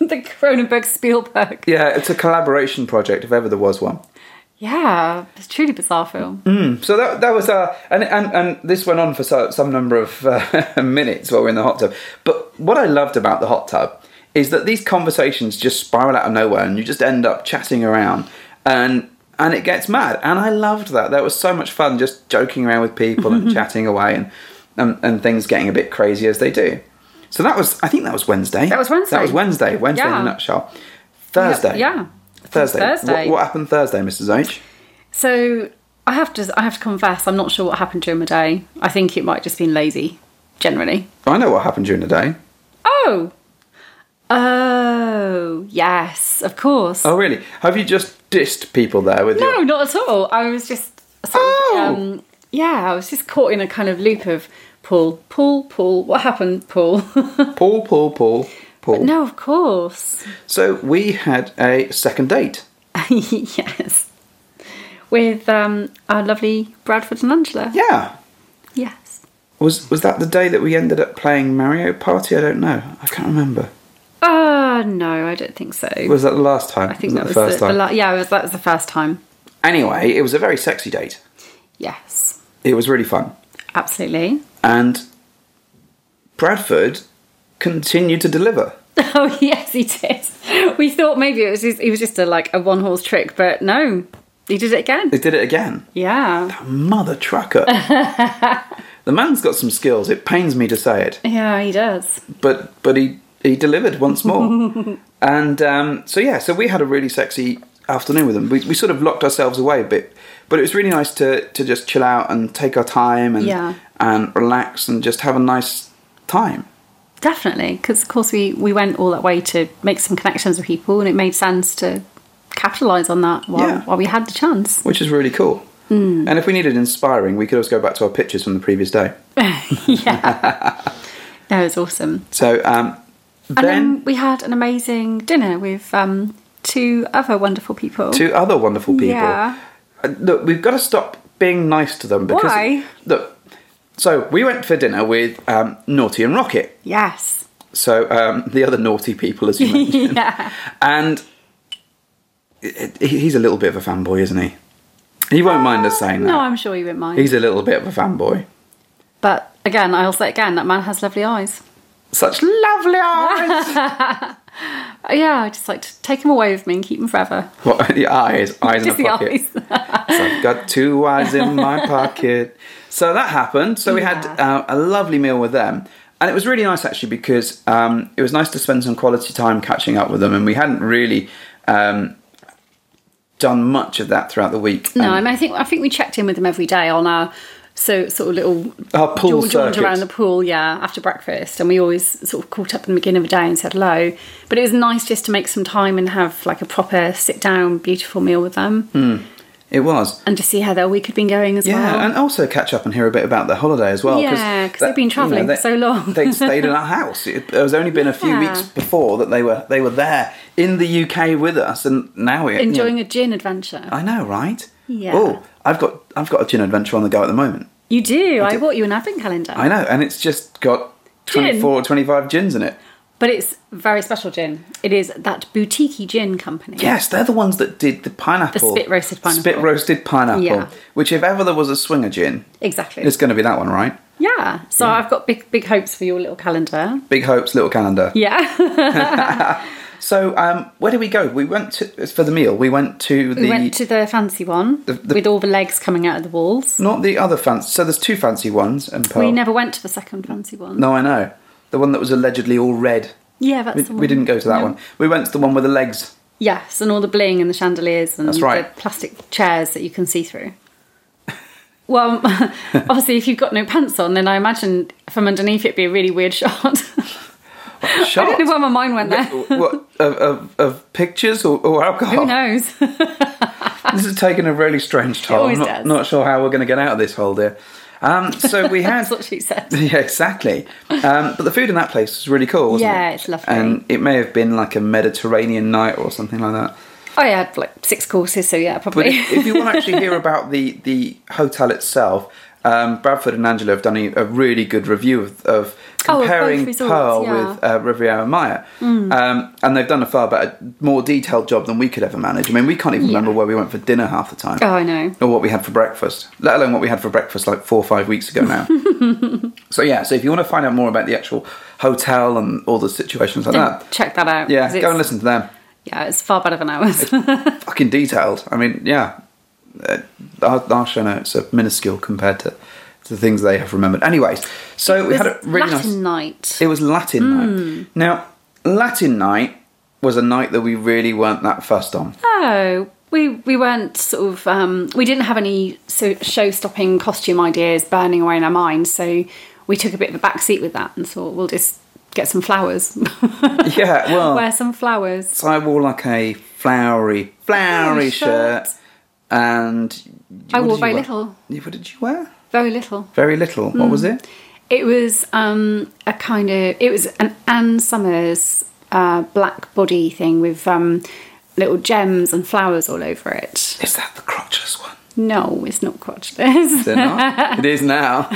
Speaker 2: the Cronenberg Spielberg.
Speaker 1: yeah, it's a collaboration project if ever there was one.
Speaker 2: Yeah, it's a truly bizarre film.
Speaker 1: So that that was our and and, and this went on for so, some number of uh, minutes while we were in the hot tub. But what I loved about the hot tub is that these conversations just spiral out of nowhere, and you just end up chatting around, and and it gets mad. And I loved that. That was so much fun, just joking around with people
Speaker 2: Mm-hmm.
Speaker 1: and chatting away, and, and and things getting a bit crazy as they do. So that was I think that was Wednesday.
Speaker 2: That was Wednesday.
Speaker 1: That was Wednesday. Wednesday in
Speaker 2: Yeah.
Speaker 1: a nutshell. Thursday.
Speaker 2: yeah.
Speaker 1: Thursday.
Speaker 2: Thursday.
Speaker 1: What, what happened Thursday, Mrs. H?
Speaker 2: So I have to, I have to confess, I'm not sure what happened during the day. I think it might just been lazy, generally.
Speaker 1: I know what happened during the day.
Speaker 2: Oh. Oh, yes, of course.
Speaker 1: Oh, really? Have you just dissed people there with
Speaker 2: No,
Speaker 1: your?
Speaker 2: not at all. I was just sort of,
Speaker 1: Oh.
Speaker 2: um, yeah, I was just caught in a kind of loop of Paul, Paul, Paul. What happened, Paul?
Speaker 1: Paul, Paul, Paul, Paul.
Speaker 2: no, of course.
Speaker 1: So we had a second date.
Speaker 2: yes. With um, our lovely Bradford and Angela.
Speaker 1: Yeah.
Speaker 2: Yes.
Speaker 1: Was was that the day that we ended up playing Mario Party? I don't know. I can't remember.
Speaker 2: Uh, no, I don't think so.
Speaker 1: Was that the last time?
Speaker 2: I think
Speaker 1: was
Speaker 2: that was the, the la- yeah, it was, that was the first time.
Speaker 1: anyway, it was a very sexy date.
Speaker 2: Yes,
Speaker 1: It was really fun,
Speaker 2: absolutely.
Speaker 1: and Bradford continued to deliver.
Speaker 2: Oh yes, he did. We thought maybe it was just, it was just a like a one horse trick, but no, he did it again.
Speaker 1: They did it again.
Speaker 2: Yeah,
Speaker 1: Mother trucker. the man's got some skills. It pains me to say it.
Speaker 2: yeah, he does.
Speaker 1: but but he he delivered once more. and um, so yeah, so we had a really sexy afternoon with him. We, we sort of locked ourselves away a bit, but it was really nice to to just chill out and take our time and
Speaker 2: Yeah.
Speaker 1: and relax and just have a nice time.
Speaker 2: Definitely, because of course we we went all that way to make some connections with people, and it made sense to capitalise on that while
Speaker 1: Yeah.
Speaker 2: while we had the chance.
Speaker 1: which is really cool.
Speaker 2: Hmm.
Speaker 1: And if we needed inspiring, we could always go back to our pictures from the previous day.
Speaker 2: That was awesome.
Speaker 1: So um,
Speaker 2: And
Speaker 1: then
Speaker 2: then we had an amazing dinner with um, two other wonderful people.
Speaker 1: two other wonderful people.
Speaker 2: Yeah.
Speaker 1: Uh, Look, we've got to stop being nice to them because
Speaker 2: Why?
Speaker 1: look. So we went for dinner with um, Naughty and Rocket.
Speaker 2: Yes.
Speaker 1: So um, the other naughty people, as you mentioned,
Speaker 2: yeah.
Speaker 1: and it- it- he's a little bit of a fanboy, isn't he? He won't mind us saying
Speaker 2: Uh, No,
Speaker 1: that.
Speaker 2: I'm sure you wouldn't mind.
Speaker 1: He's a little bit of a fanboy.
Speaker 2: But again, I'll say it again, that man has lovely eyes.
Speaker 1: Such lovely eyes.
Speaker 2: Uh, Yeah, I just like to take him away with me and keep him forever.
Speaker 1: what? The eyes, eyes in
Speaker 2: Just
Speaker 1: a
Speaker 2: the
Speaker 1: pocket.
Speaker 2: eyes.
Speaker 1: It's like, Got two wives in my pocket. So that happened. So we had
Speaker 2: Yeah.
Speaker 1: uh, a lovely meal with them. And it was really nice actually because um, it was nice to spend some quality time catching up with them. And we hadn't really um, done much of that throughout the week.
Speaker 2: No,
Speaker 1: And
Speaker 2: I mean, I think I think we checked in with them every day on our so sort of little
Speaker 1: Our pool
Speaker 2: jaunt- jaunt
Speaker 1: circuit.
Speaker 2: around the pool, yeah, after breakfast, and we always sort of caught up in the beginning of the day and said hello. But it was nice just to make some time and have like a proper sit down, beautiful meal with them,
Speaker 1: it was.
Speaker 2: and to see how their week had been going as
Speaker 1: Hmm. Yeah,
Speaker 2: well.
Speaker 1: and also catch up and hear a bit about their holiday as well.
Speaker 2: Yeah, 'cause
Speaker 1: that-
Speaker 2: they've been travelling
Speaker 1: they-
Speaker 2: for so long.
Speaker 1: they stayed in our house. It has only been a few
Speaker 2: Yeah.
Speaker 1: weeks before that they were they were there in the UK with us, and now we're you know,
Speaker 2: Enjoying a gin adventure.
Speaker 1: I know, right?
Speaker 2: Yeah.
Speaker 1: Oh, I've got I've got a gin adventure on the go at the moment.
Speaker 2: you do. I, bought you an advent calendar,
Speaker 1: I know, and it's just got
Speaker 2: Gin?
Speaker 1: 24, 25 gins in it.
Speaker 2: but it's very special gin. It is that boutique gin company.
Speaker 1: Yes, they're the ones that did the pineapple,
Speaker 2: spit roasted pineapple.
Speaker 1: spit roasted pineapple.
Speaker 2: Yeah.
Speaker 1: Which, if ever there was a swinger gin,
Speaker 2: exactly.
Speaker 1: it's going to be that one, right?
Speaker 2: Yeah. So I've got big big hopes for your little calendar.
Speaker 1: Big hopes, little calendar.
Speaker 2: Yeah.
Speaker 1: So, um, where did we go? We went to for the meal. We went to the
Speaker 2: We went to the fancy one
Speaker 1: the-
Speaker 2: with all the legs coming out of the walls.
Speaker 1: not the other fancy. So there's two fancy ones and Pearl.
Speaker 2: We never went to the second fancy one.
Speaker 1: Oh. no, I know the one that was allegedly all red.
Speaker 2: Yeah, that's
Speaker 1: We,
Speaker 2: the one.
Speaker 1: we didn't go to that
Speaker 2: No.
Speaker 1: one. We went to the one with the legs.
Speaker 2: Yes, and all the bling and the chandeliers and
Speaker 1: That's right.
Speaker 2: the plastic chairs that you can see through. Well, obviously, if you've got no pants on, then I imagine from underneath it'd be a really weird shot. I
Speaker 1: Shot.
Speaker 2: don't know where my mind went there.
Speaker 1: what of, of, of pictures or, or alcohol?
Speaker 2: Who knows?
Speaker 1: This has taken a really strange toll.
Speaker 2: always
Speaker 1: I'm not,
Speaker 2: does.
Speaker 1: not sure how we're going to get out of this hole, dear. Um, so we had
Speaker 2: That's what she said.
Speaker 1: yeah, exactly. Um, but the food in that place was really cool. Wasn't
Speaker 2: Yeah,
Speaker 1: it?
Speaker 2: it's lovely.
Speaker 1: And it may have been like a Mediterranean night or something like that.
Speaker 2: I had like six courses, so yeah,
Speaker 1: But
Speaker 2: probably.
Speaker 1: if, if you want to actually hear about the the hotel itself, um, Bradford and Angela have done a, a really good review of, of
Speaker 2: Oh, of both
Speaker 1: comparing
Speaker 2: resorts,
Speaker 1: Pearl
Speaker 2: yeah. Mm.
Speaker 1: with uh, Riviera Maya, um, and they've done a far better, more detailed job than we could ever manage. I mean, we can't even
Speaker 2: Yeah.
Speaker 1: remember where we went for dinner half the time.
Speaker 2: Oh, I know.
Speaker 1: Or what we had for breakfast, let alone what we had for breakfast like four or five weeks ago now. so yeah, so if you want to find out more about the actual hotel and all the situations like
Speaker 2: Then
Speaker 1: that,
Speaker 2: check that out.
Speaker 1: uh, yeah,
Speaker 2: 'cause
Speaker 1: go and
Speaker 2: it's-
Speaker 1: listen to them.
Speaker 2: Yeah, it's far better than ours.
Speaker 1: fucking detailed. I mean, yeah, uh, our, our show notes are minuscule compared to, to the things they have remembered. Anyways, so we had a
Speaker 2: It's
Speaker 1: really
Speaker 2: Latin Hmm.
Speaker 1: nice.
Speaker 2: night.
Speaker 1: It was Latin night. Now, Latin night was a night that we really weren't that fussed on.
Speaker 2: No, we we weren't sort of um, we didn't have any so show-stopping costume ideas burning away in our minds, so we took a bit of a back seat with that and thought we'll just get some flowers,
Speaker 1: Yeah, well,
Speaker 2: wear some flowers.
Speaker 1: so I wore like a flowery, flowery
Speaker 2: Flowery
Speaker 1: shirt,
Speaker 2: shirt.
Speaker 1: and
Speaker 2: I
Speaker 1: what
Speaker 2: wore
Speaker 1: did you
Speaker 2: very
Speaker 1: wear?
Speaker 2: little. Hmm.
Speaker 1: You- What did you wear?
Speaker 2: Very little.
Speaker 1: Very little. What was it?
Speaker 2: It was um, a kind of it was an Anne Summers uh, black body thing with um, little gems and flowers all over it.
Speaker 1: Is that the crotchless one?
Speaker 2: No, it's not crotchless.
Speaker 1: Is it not? it is now.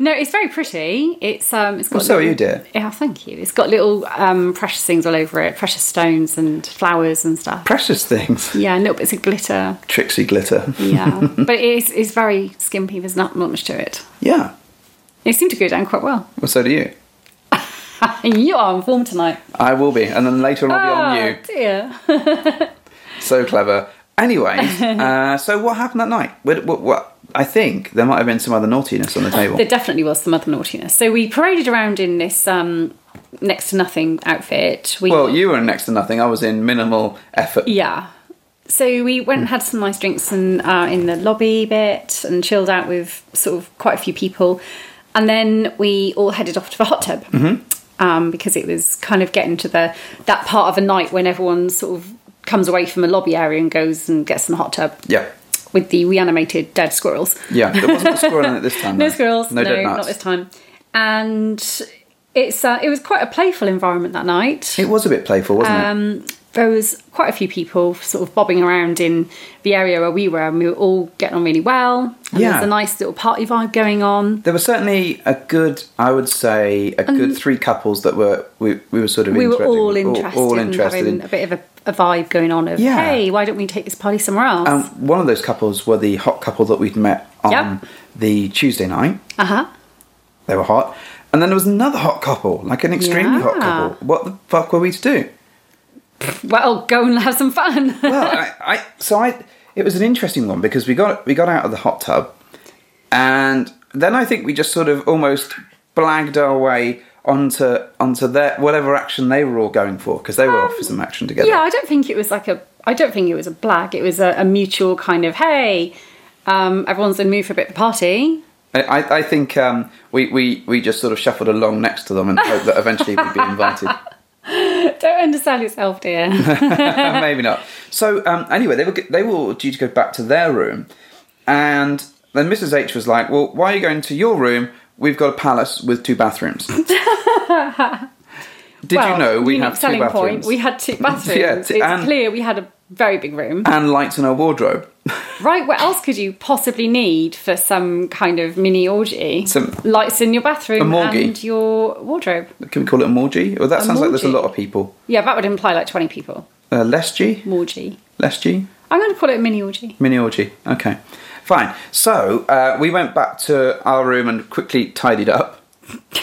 Speaker 2: No, it's very pretty. It's um, it's got.
Speaker 1: Well, so are
Speaker 2: little-
Speaker 1: Oh, you, dear.
Speaker 2: Yeah, thank you. It's got little um precious things all over it, precious stones and flowers and stuff.
Speaker 1: Precious things.
Speaker 2: Yeah, and little bits of glitter.
Speaker 1: Trixie glitter.
Speaker 2: Yeah, but it's it's very skimpy. There's not not much to it.
Speaker 1: Yeah.
Speaker 2: It seemed to go down quite well.
Speaker 1: Well, so do you.
Speaker 2: you are on form tonight. Oh,
Speaker 1: I will be, and then later on I'll be on you.
Speaker 2: dear. Ah.
Speaker 1: So clever. Anyways, uh, so what happened that night? What, what, what? I think there might have been some other naughtiness on the table.
Speaker 2: There definitely was some other naughtiness. So we paraded around in this um next to nothing outfit. We
Speaker 1: well, you were in next to nothing. I was in minimal effort.
Speaker 2: Yeah. So we went and had some nice drinks and uh, in the lobby bit and chilled out with sort of quite a few people, and then we all headed off to the hot tub um, because it was kind of getting to the that part of a night when everyone sort of comes away from a lobby area and goes and gets in the hot tub
Speaker 1: Yeah,
Speaker 2: with the reanimated dead squirrels.
Speaker 1: yeah. There wasn't a squirrel in it this time.
Speaker 2: No
Speaker 1: though.
Speaker 2: squirrels. No,
Speaker 1: No, dead nuts.
Speaker 2: not this time. And it's uh, it was quite a playful environment that night.
Speaker 1: It was a bit playful, wasn't it?
Speaker 2: Um, there was quite a few people sort of bobbing around in the area where we were, and we were all getting on really well. And
Speaker 1: Yeah.
Speaker 2: there was a nice little party vibe going on.
Speaker 1: There were certainly a good, I would say, a good three couples that were we, we were sort of
Speaker 2: Um, We were
Speaker 1: interacting
Speaker 2: all
Speaker 1: with,
Speaker 2: interested,
Speaker 1: all, all
Speaker 2: and
Speaker 1: interested
Speaker 2: having
Speaker 1: in.
Speaker 2: a bit of a, a vibe going on of,
Speaker 1: Yeah.
Speaker 2: hey, why don't we take this party somewhere else?
Speaker 1: Um, one of those couples were the hot couple that we'd met on
Speaker 2: Yep.
Speaker 1: the Tuesday night.
Speaker 2: uh huh.
Speaker 1: They were hot. And then there was another hot couple, like an extremely hot
Speaker 2: Yeah.
Speaker 1: couple. What the fuck were we to do?
Speaker 2: Well, go and have some fun.
Speaker 1: Well, I, I so I it was an interesting one because we got we got out of the hot tub, and then I think we just sort of almost blagged our way onto onto their whatever action they were all going for because they were off for some action together.
Speaker 2: Um, Yeah, I don't think it was like a. I don't think it was a blag. It was a, a mutual kind of hey, um, everyone's in the mood for a bit of a party.
Speaker 1: I, I- I think um, we, we, we just sort of shuffled along next to them and hoped that eventually we'd be invited.
Speaker 2: Don't undersell yourself, dear.
Speaker 1: Uh, Maybe not. So um, anyway, they were g- they were due to go back to their room, and then Mrs H was like, "Well, why are you going to your room? We've got a palace with two bathrooms." Did you know we
Speaker 2: unique
Speaker 1: have two
Speaker 2: selling
Speaker 1: bathrooms
Speaker 2: point. We had two bathrooms.
Speaker 1: Yeah,
Speaker 2: it's
Speaker 1: t- and-
Speaker 2: clear we had a very big room.
Speaker 1: and lights in our wardrobe?
Speaker 2: Right, what else could you possibly need for some kind of mini orgy?
Speaker 1: Some-
Speaker 2: lights in your bathroom
Speaker 1: A morgie.
Speaker 2: and your wardrobe.
Speaker 1: Can we call it a morgy? Well, that sounds like there's a
Speaker 2: morgy.
Speaker 1: lot of people.
Speaker 2: Yeah, that would imply like twenty people.
Speaker 1: Uh, less G,
Speaker 2: Orgy.
Speaker 1: less G,
Speaker 2: I'm going to call it a mini orgy.
Speaker 1: mini orgy. Okay, fine. So uh, we went back to our room and quickly tidied up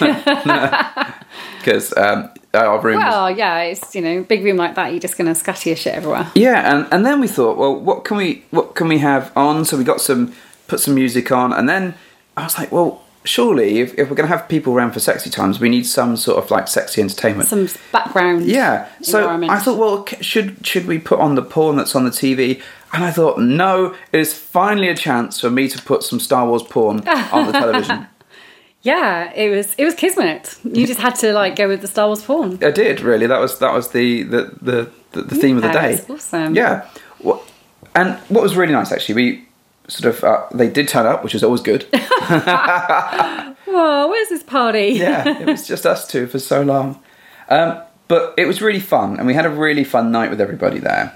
Speaker 1: because um, our room was
Speaker 2: Well, yeah, it's you know, big room like that, you're just going to scatter your shit everywhere.
Speaker 1: Yeah, and, and then we thought, well, what can we what can we have on? So we got some put some music on, and then I was like, well, surely if, if we're going to have people around for sexy times, we need some sort of like sexy entertainment.
Speaker 2: Some background.
Speaker 1: yeah, so
Speaker 2: environment.
Speaker 1: I thought, well, c- should should we put on the porn that's on the TV? And I thought, no, it is finally a chance for me to put some Star Wars porn on the television.
Speaker 2: yeah, it was it was kismet. You just had to like go with the Star Wars porn.
Speaker 1: I did really. That was that was the the the, the, the theme of the
Speaker 2: Yeah,
Speaker 1: day.
Speaker 2: that's awesome.
Speaker 1: Yeah. Wha- And what was really nice actually, we sort of uh, they did turn up, which is always good.
Speaker 2: Whoa, where's this party?
Speaker 1: yeah, it was just us two for so long. Um, but it was really fun, and we had a really fun night with everybody there.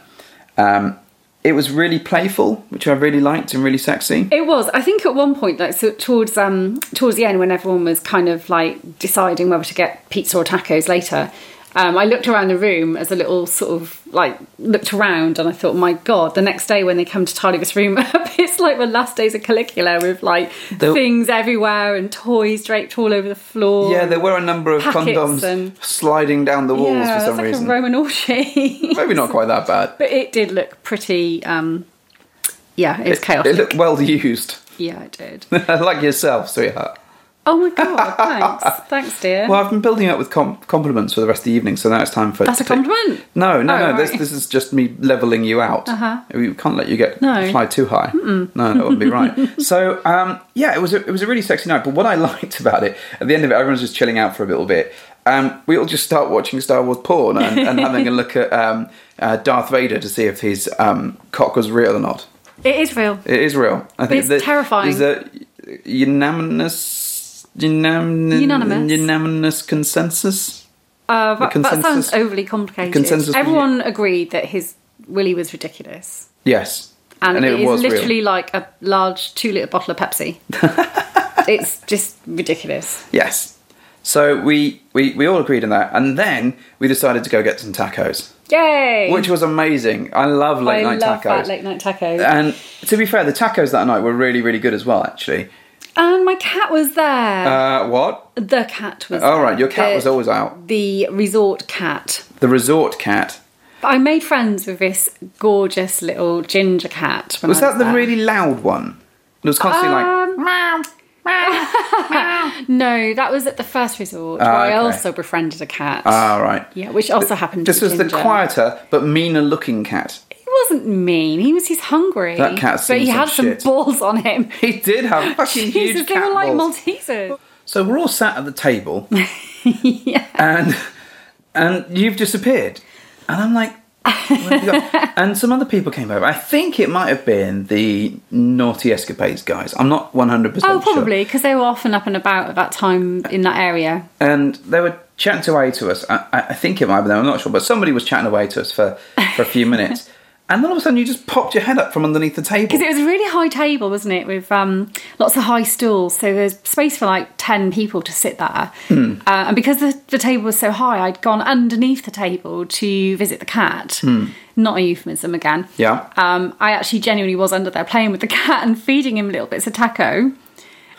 Speaker 1: Um, it was really playful, which I really liked and really sexy.
Speaker 2: It was. I think at one point, like so towards um towards the end, when everyone was kind of like deciding whether to get pizza or tacos later, um, I looked around the room as a little sort of like looked around, and I thought, my god, the next day when they come to tidy this room up, it's like the last days of Caligula with like
Speaker 1: There-
Speaker 2: things everywhere and toys draped all over the floor.
Speaker 1: Yeah, there were a number of
Speaker 2: Packets
Speaker 1: condoms
Speaker 2: and-
Speaker 1: sliding down the walls
Speaker 2: yeah,
Speaker 1: for
Speaker 2: it was
Speaker 1: some
Speaker 2: like
Speaker 1: reason.
Speaker 2: a Roman orgy.
Speaker 1: Maybe not quite that bad.
Speaker 2: but it did look pretty. um Yeah, it was
Speaker 1: It
Speaker 2: chaotic.
Speaker 1: looked well used,
Speaker 2: yeah, it did.
Speaker 1: like yourself, sweetheart.
Speaker 2: Oh my god! thanks, thanks, dear.
Speaker 1: Well, I've been building up with com- compliments for the rest of the evening, so now it's time for.
Speaker 2: That's a
Speaker 1: to take-
Speaker 2: compliment.
Speaker 1: No, no, no.
Speaker 2: Oh, right.
Speaker 1: This, this is just me leveling you out. Uh-huh. We can't let you get
Speaker 2: No.
Speaker 1: fly too high. No, that wouldn't be right. so, um, yeah, it was a, it was a really sexy night. But what I liked about it, at the end of it, everyone's just chilling out for a little bit. Um, we all just start watching Star Wars porn and, and having a look at um, uh, Darth Vader to see if his um, cock was real or not.
Speaker 2: It is real.
Speaker 1: It is real. I think
Speaker 2: It's terrifying.
Speaker 1: Is a unanimous, unanimous,
Speaker 2: Unanimous.
Speaker 1: unanimous consensus.
Speaker 2: Uh, that,
Speaker 1: The
Speaker 2: that sounds
Speaker 1: consensus-
Speaker 2: overly complicated.
Speaker 1: consensus-
Speaker 2: Everyone agreed that his willy was ridiculous,
Speaker 1: Yes,
Speaker 2: and, it is
Speaker 1: real.
Speaker 2: literally like a large two-liter bottle of Pepsi. it's just ridiculous.
Speaker 1: Yes. So we, we we all agreed on that, and then we decided to go get some tacos,
Speaker 2: Yay!
Speaker 1: which was amazing. I love late
Speaker 2: I
Speaker 1: night
Speaker 2: love
Speaker 1: tacos. Uh,
Speaker 2: that late night taco.
Speaker 1: and to be fair, the tacos that night were really, really good as well. Actually,
Speaker 2: and my cat was there.
Speaker 1: uh, what?
Speaker 2: the cat was.
Speaker 1: All
Speaker 2: there.
Speaker 1: right, your cat
Speaker 2: The-
Speaker 1: was always out.
Speaker 2: the resort cat.
Speaker 1: The resort cat
Speaker 2: But I made friends with this gorgeous little ginger cat. When
Speaker 1: was
Speaker 2: I
Speaker 1: that the
Speaker 2: there.
Speaker 1: really loud one? It was constantly like
Speaker 2: Um, no, that was at the first resort
Speaker 1: Ah,
Speaker 2: where I
Speaker 1: okay.
Speaker 2: also befriended a cat.
Speaker 1: all right.
Speaker 2: yeah, which also happened.
Speaker 1: This
Speaker 2: to
Speaker 1: was the
Speaker 2: Ginger.
Speaker 1: quieter but meaner looking cat.
Speaker 2: He wasn't mean. He was just hungry.
Speaker 1: That cat's
Speaker 2: but
Speaker 1: seen
Speaker 2: he
Speaker 1: some
Speaker 2: had
Speaker 1: shit.
Speaker 2: some balls on him.
Speaker 1: He did have fucking
Speaker 2: Jesus,
Speaker 1: huge
Speaker 2: they
Speaker 1: cat
Speaker 2: were like
Speaker 1: balls.
Speaker 2: Maltesers.
Speaker 1: So we're all sat at the table, and and you've disappeared, and I'm like, "Where have you gone?" and some other people came over. I think it might have been the naughty escapades guys. I'm not 100 percent.
Speaker 2: Oh, probably because they were often up and about at that time in that area.
Speaker 1: And they were chatting away to us. I, I I think it might have been. them, I'm not sure, but somebody was chatting away to us for for a few minutes, and then all of a sudden you just popped your head up from underneath the table.
Speaker 2: Because it was a really high table, wasn't it? With um, lots of high stools, so there's space for like ten people to sit there. Uh, and because the, the table was so high, I'd gone underneath the table to visit the cat. Not a euphemism again.
Speaker 1: Yeah.
Speaker 2: Um, I actually genuinely was under there playing with the cat and feeding him little bits of taco.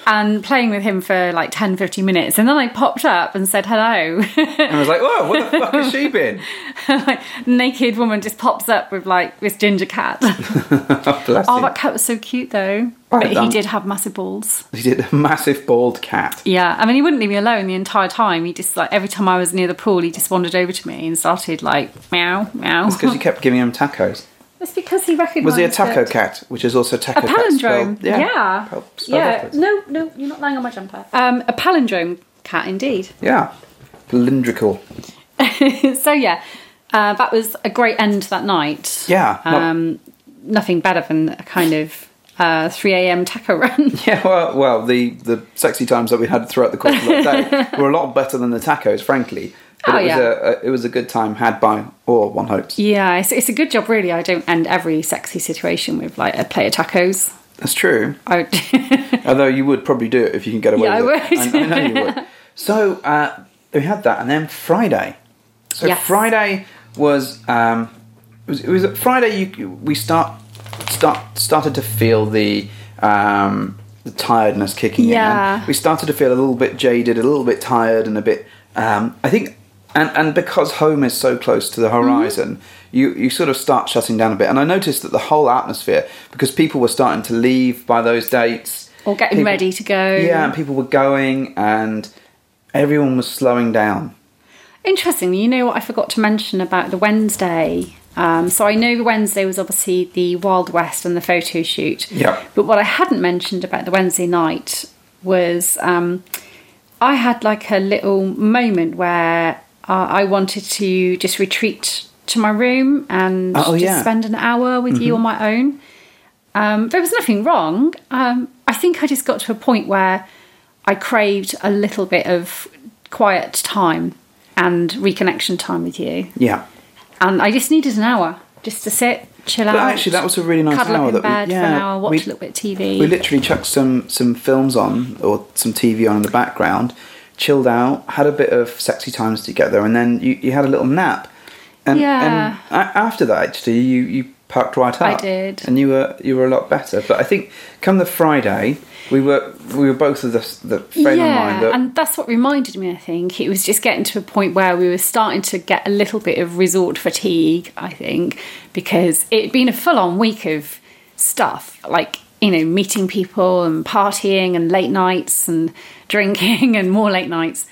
Speaker 2: and playing with him for like 10, 15 minutes. And then I popped up and said hello.
Speaker 1: And I was like, whoa, what the fuck has she been?
Speaker 2: like, naked woman just pops up with like this ginger cat.
Speaker 1: Bless
Speaker 2: oh,
Speaker 1: him.
Speaker 2: that cat was so cute though.
Speaker 1: Right,
Speaker 2: but he
Speaker 1: then.
Speaker 2: did have massive balls.
Speaker 1: He did a massive bald cat.
Speaker 2: Yeah, I mean, he wouldn't leave me alone the entire time. He just like every time I was near the pool, he just wandered over to me and started like meow meow.
Speaker 1: Because you kept giving him tacos.
Speaker 2: It's because he recognised.
Speaker 1: Was he a taco
Speaker 2: that-
Speaker 1: cat, which is also taco
Speaker 2: A
Speaker 1: cat
Speaker 2: palindrome.
Speaker 1: spelled-
Speaker 2: yeah. Yeah.
Speaker 1: spelled backwards.
Speaker 2: No, no, you're not lying on my jumper. Um, a palindrome cat, indeed.
Speaker 1: Yeah. Palindrical.
Speaker 2: so yeah, uh, that was a great end to that night.
Speaker 1: Yeah. not-
Speaker 2: Um, nothing better than a kind of uh, 3 a.m. taco run.
Speaker 1: yeah, well, well, the, the sexy times that we had throughout the course of the day were a lot better than the tacos, frankly. But
Speaker 2: Oh,
Speaker 1: it was
Speaker 2: yeah.
Speaker 1: a, a it was a good time had by or one hopes.
Speaker 2: yeah, it's, it's a good job, really. I don't end every sexy situation with like a plate of tacos.
Speaker 1: That's true.
Speaker 2: I would-
Speaker 1: Although you would probably do it if you can get away
Speaker 2: Yeah,
Speaker 1: with
Speaker 2: I
Speaker 1: it.
Speaker 2: would.
Speaker 1: I, I know you would. So uh, we had that, and then Friday. So
Speaker 2: Yes.
Speaker 1: Friday was um, it was, it was Friday. You, you- we start start started to feel the um, the tiredness kicking in.
Speaker 2: Yeah.
Speaker 1: And we started to feel a little bit jaded, a little bit tired, and a bit. Um, I think, and and because home is so close to the
Speaker 2: Mm-hmm.
Speaker 1: horizon, you you sort of start shutting down a bit. And I noticed that the whole atmosphere, because people were starting to leave by those dates,
Speaker 2: Or getting
Speaker 1: people-
Speaker 2: ready to go.
Speaker 1: Yeah, and people were going, and everyone was slowing down.
Speaker 2: Interestingly, you know what I forgot to mention about the Wednesday. Um, so I know the Wednesday was obviously the Wild West and the photo shoot.
Speaker 1: Yeah.
Speaker 2: But what I hadn't mentioned about the Wednesday night was um, I had like a little moment where uh, I wanted to just retreat to my room and
Speaker 1: Oh,
Speaker 2: just
Speaker 1: yeah. Mm-hmm.
Speaker 2: spend an hour with you on my own. Um, there was nothing wrong. Um, I think I just got to a point where I craved a little bit of quiet time and reconnection time with you.
Speaker 1: Yeah.
Speaker 2: And I just needed an hour just to sit, chill
Speaker 1: But
Speaker 2: out.
Speaker 1: actually, that was a really nice
Speaker 2: cuddle
Speaker 1: hour
Speaker 2: up
Speaker 1: that we-
Speaker 2: in bed for an
Speaker 1: yeah,
Speaker 2: hour, watch
Speaker 1: we-
Speaker 2: a little bit of TV.
Speaker 1: We literally chucked some some films on or some TV on in the background, chilled out, had a bit of sexy times together, and then you, you had a little nap. And,
Speaker 2: Yeah.
Speaker 1: and a- after that, actually, you you perked right up.
Speaker 2: I did.
Speaker 1: And you were you were a lot better. But I think come the Friday, we were we were both of the the frame
Speaker 2: yeah,
Speaker 1: of mind that
Speaker 2: and that's what reminded me. I think it was just getting to a point where we were starting to get a little bit of resort fatigue. I think because it'd been a full-on week of stuff, like you know, meeting people and partying and late nights and drinking and more late nights.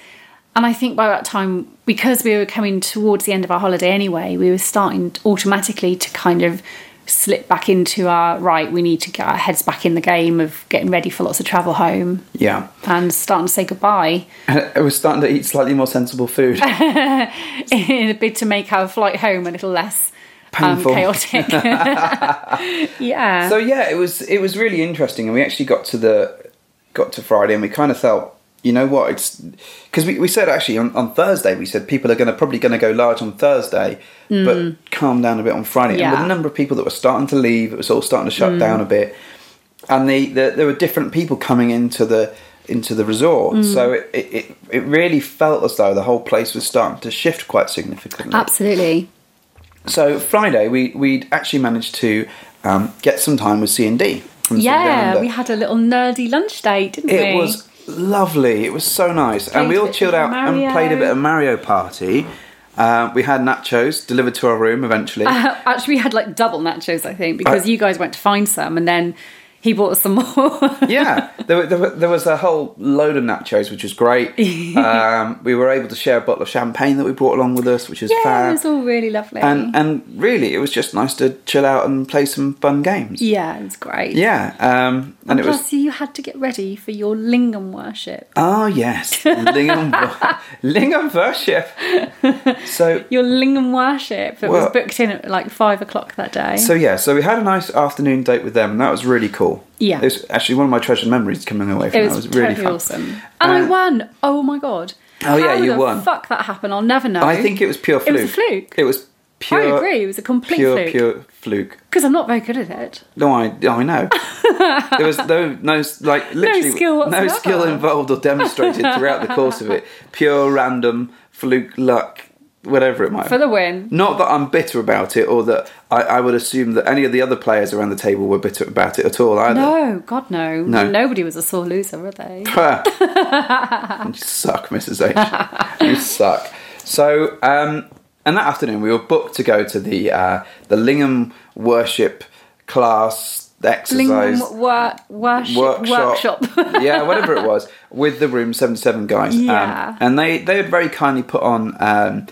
Speaker 2: And I think by that time, because we were coming towards the end of our holiday anyway, we were starting automatically to kind of slip back into our right. We need to get our heads back in the game of getting ready for lots of travel home
Speaker 1: yeah,
Speaker 2: and starting to say goodbye
Speaker 1: and I was starting to eat slightly more sensible food.
Speaker 2: in a bid to make our flight home a little less um,
Speaker 1: Painful.
Speaker 2: chaotic. yeah.
Speaker 1: so yeah, it was it was really interesting, and we actually got to the got to Friday, and we kind of felt, you know what, it's because we, we said actually on, on Thursday we said people are going to probably going to go large on Thursday, but calm down a bit on Friday. And with
Speaker 2: Mm. Yeah. Mm.
Speaker 1: the number of people that were starting to leave, it was all starting to shut down a bit, and the, the there were different people coming into the into the resort,
Speaker 2: Mm.
Speaker 1: so it, it, it, it really felt as though the whole place was starting to shift quite significantly.
Speaker 2: Absolutely.
Speaker 1: So Friday, we we'd actually managed to um, get some time with C and D. from Sundowner.
Speaker 2: Yeah, we had a little nerdy lunch date, didn't we?
Speaker 1: uh, it was lovely. It was so nice, and
Speaker 2: Played
Speaker 1: we
Speaker 2: a
Speaker 1: all
Speaker 2: bit
Speaker 1: chilled
Speaker 2: of
Speaker 1: out and
Speaker 2: Mario.
Speaker 1: played a bit of Mario Party. Uh, we had nachos delivered to our room eventually.
Speaker 2: Uh, Actually, we had like double nachos, I think, because
Speaker 1: Right.
Speaker 2: you guys went to find some and then he bought us some more.
Speaker 1: yeah, there, were- there, were- there was a whole load of nachos, which was great. um, we were able to share a bottle of champagne that we brought along with us, which is
Speaker 2: yeah,
Speaker 1: fab.
Speaker 2: it was all really lovely.
Speaker 1: and and really, it was just nice to chill out and play some fun games.
Speaker 2: yeah, it was great.
Speaker 1: Yeah, um, and it was
Speaker 2: Plus, you had to get ready for your lingam worship.
Speaker 1: Oh yes, Lingham, Lingham worship. So
Speaker 2: Your lingam worship that
Speaker 1: Well-
Speaker 2: was booked in at like five o'clock that day.
Speaker 1: so yeah, so we had a nice afternoon date with them, and that was really cool.
Speaker 2: Yeah.
Speaker 1: it was actually one of my treasured memories coming away from
Speaker 2: It
Speaker 1: that.
Speaker 2: was,
Speaker 1: It was really
Speaker 2: totally
Speaker 1: fun.
Speaker 2: awesome. And I
Speaker 1: Um,
Speaker 2: won. Oh my god.
Speaker 1: Oh, yeah,
Speaker 2: How
Speaker 1: you
Speaker 2: the
Speaker 1: won.
Speaker 2: Fuck that happened. I'll never know.
Speaker 1: I think it was pure
Speaker 2: It
Speaker 1: fluke.
Speaker 2: was a fluke.
Speaker 1: It was pure.
Speaker 2: I agree. It was a complete
Speaker 1: pure,
Speaker 2: fluke.
Speaker 1: pure fluke.
Speaker 2: because I'm not very good at it.
Speaker 1: No, I, oh, I know. there was no, no, like literally
Speaker 2: skill
Speaker 1: no
Speaker 2: whatsoever.
Speaker 1: skill involved or demonstrated throughout the course of it. Pure random fluke luck. whatever it might
Speaker 2: for the win.
Speaker 1: Not that I'm bitter about it, or that I, I would assume that any of the other players around the table were bitter about it at all either.
Speaker 2: No, God, no.
Speaker 1: No.
Speaker 2: Nobody was a sore loser, were they?
Speaker 1: you suck, Mrs. H. you suck. So, um, and that afternoon we were booked to go to the uh, the Lingham worship class exercise
Speaker 2: Lingham wor- worship,
Speaker 1: workshop,
Speaker 2: workshop.
Speaker 1: yeah, whatever it was, with the Room Seventy Seven guys. Um,
Speaker 2: Yeah.
Speaker 1: and they they had very kindly put on um,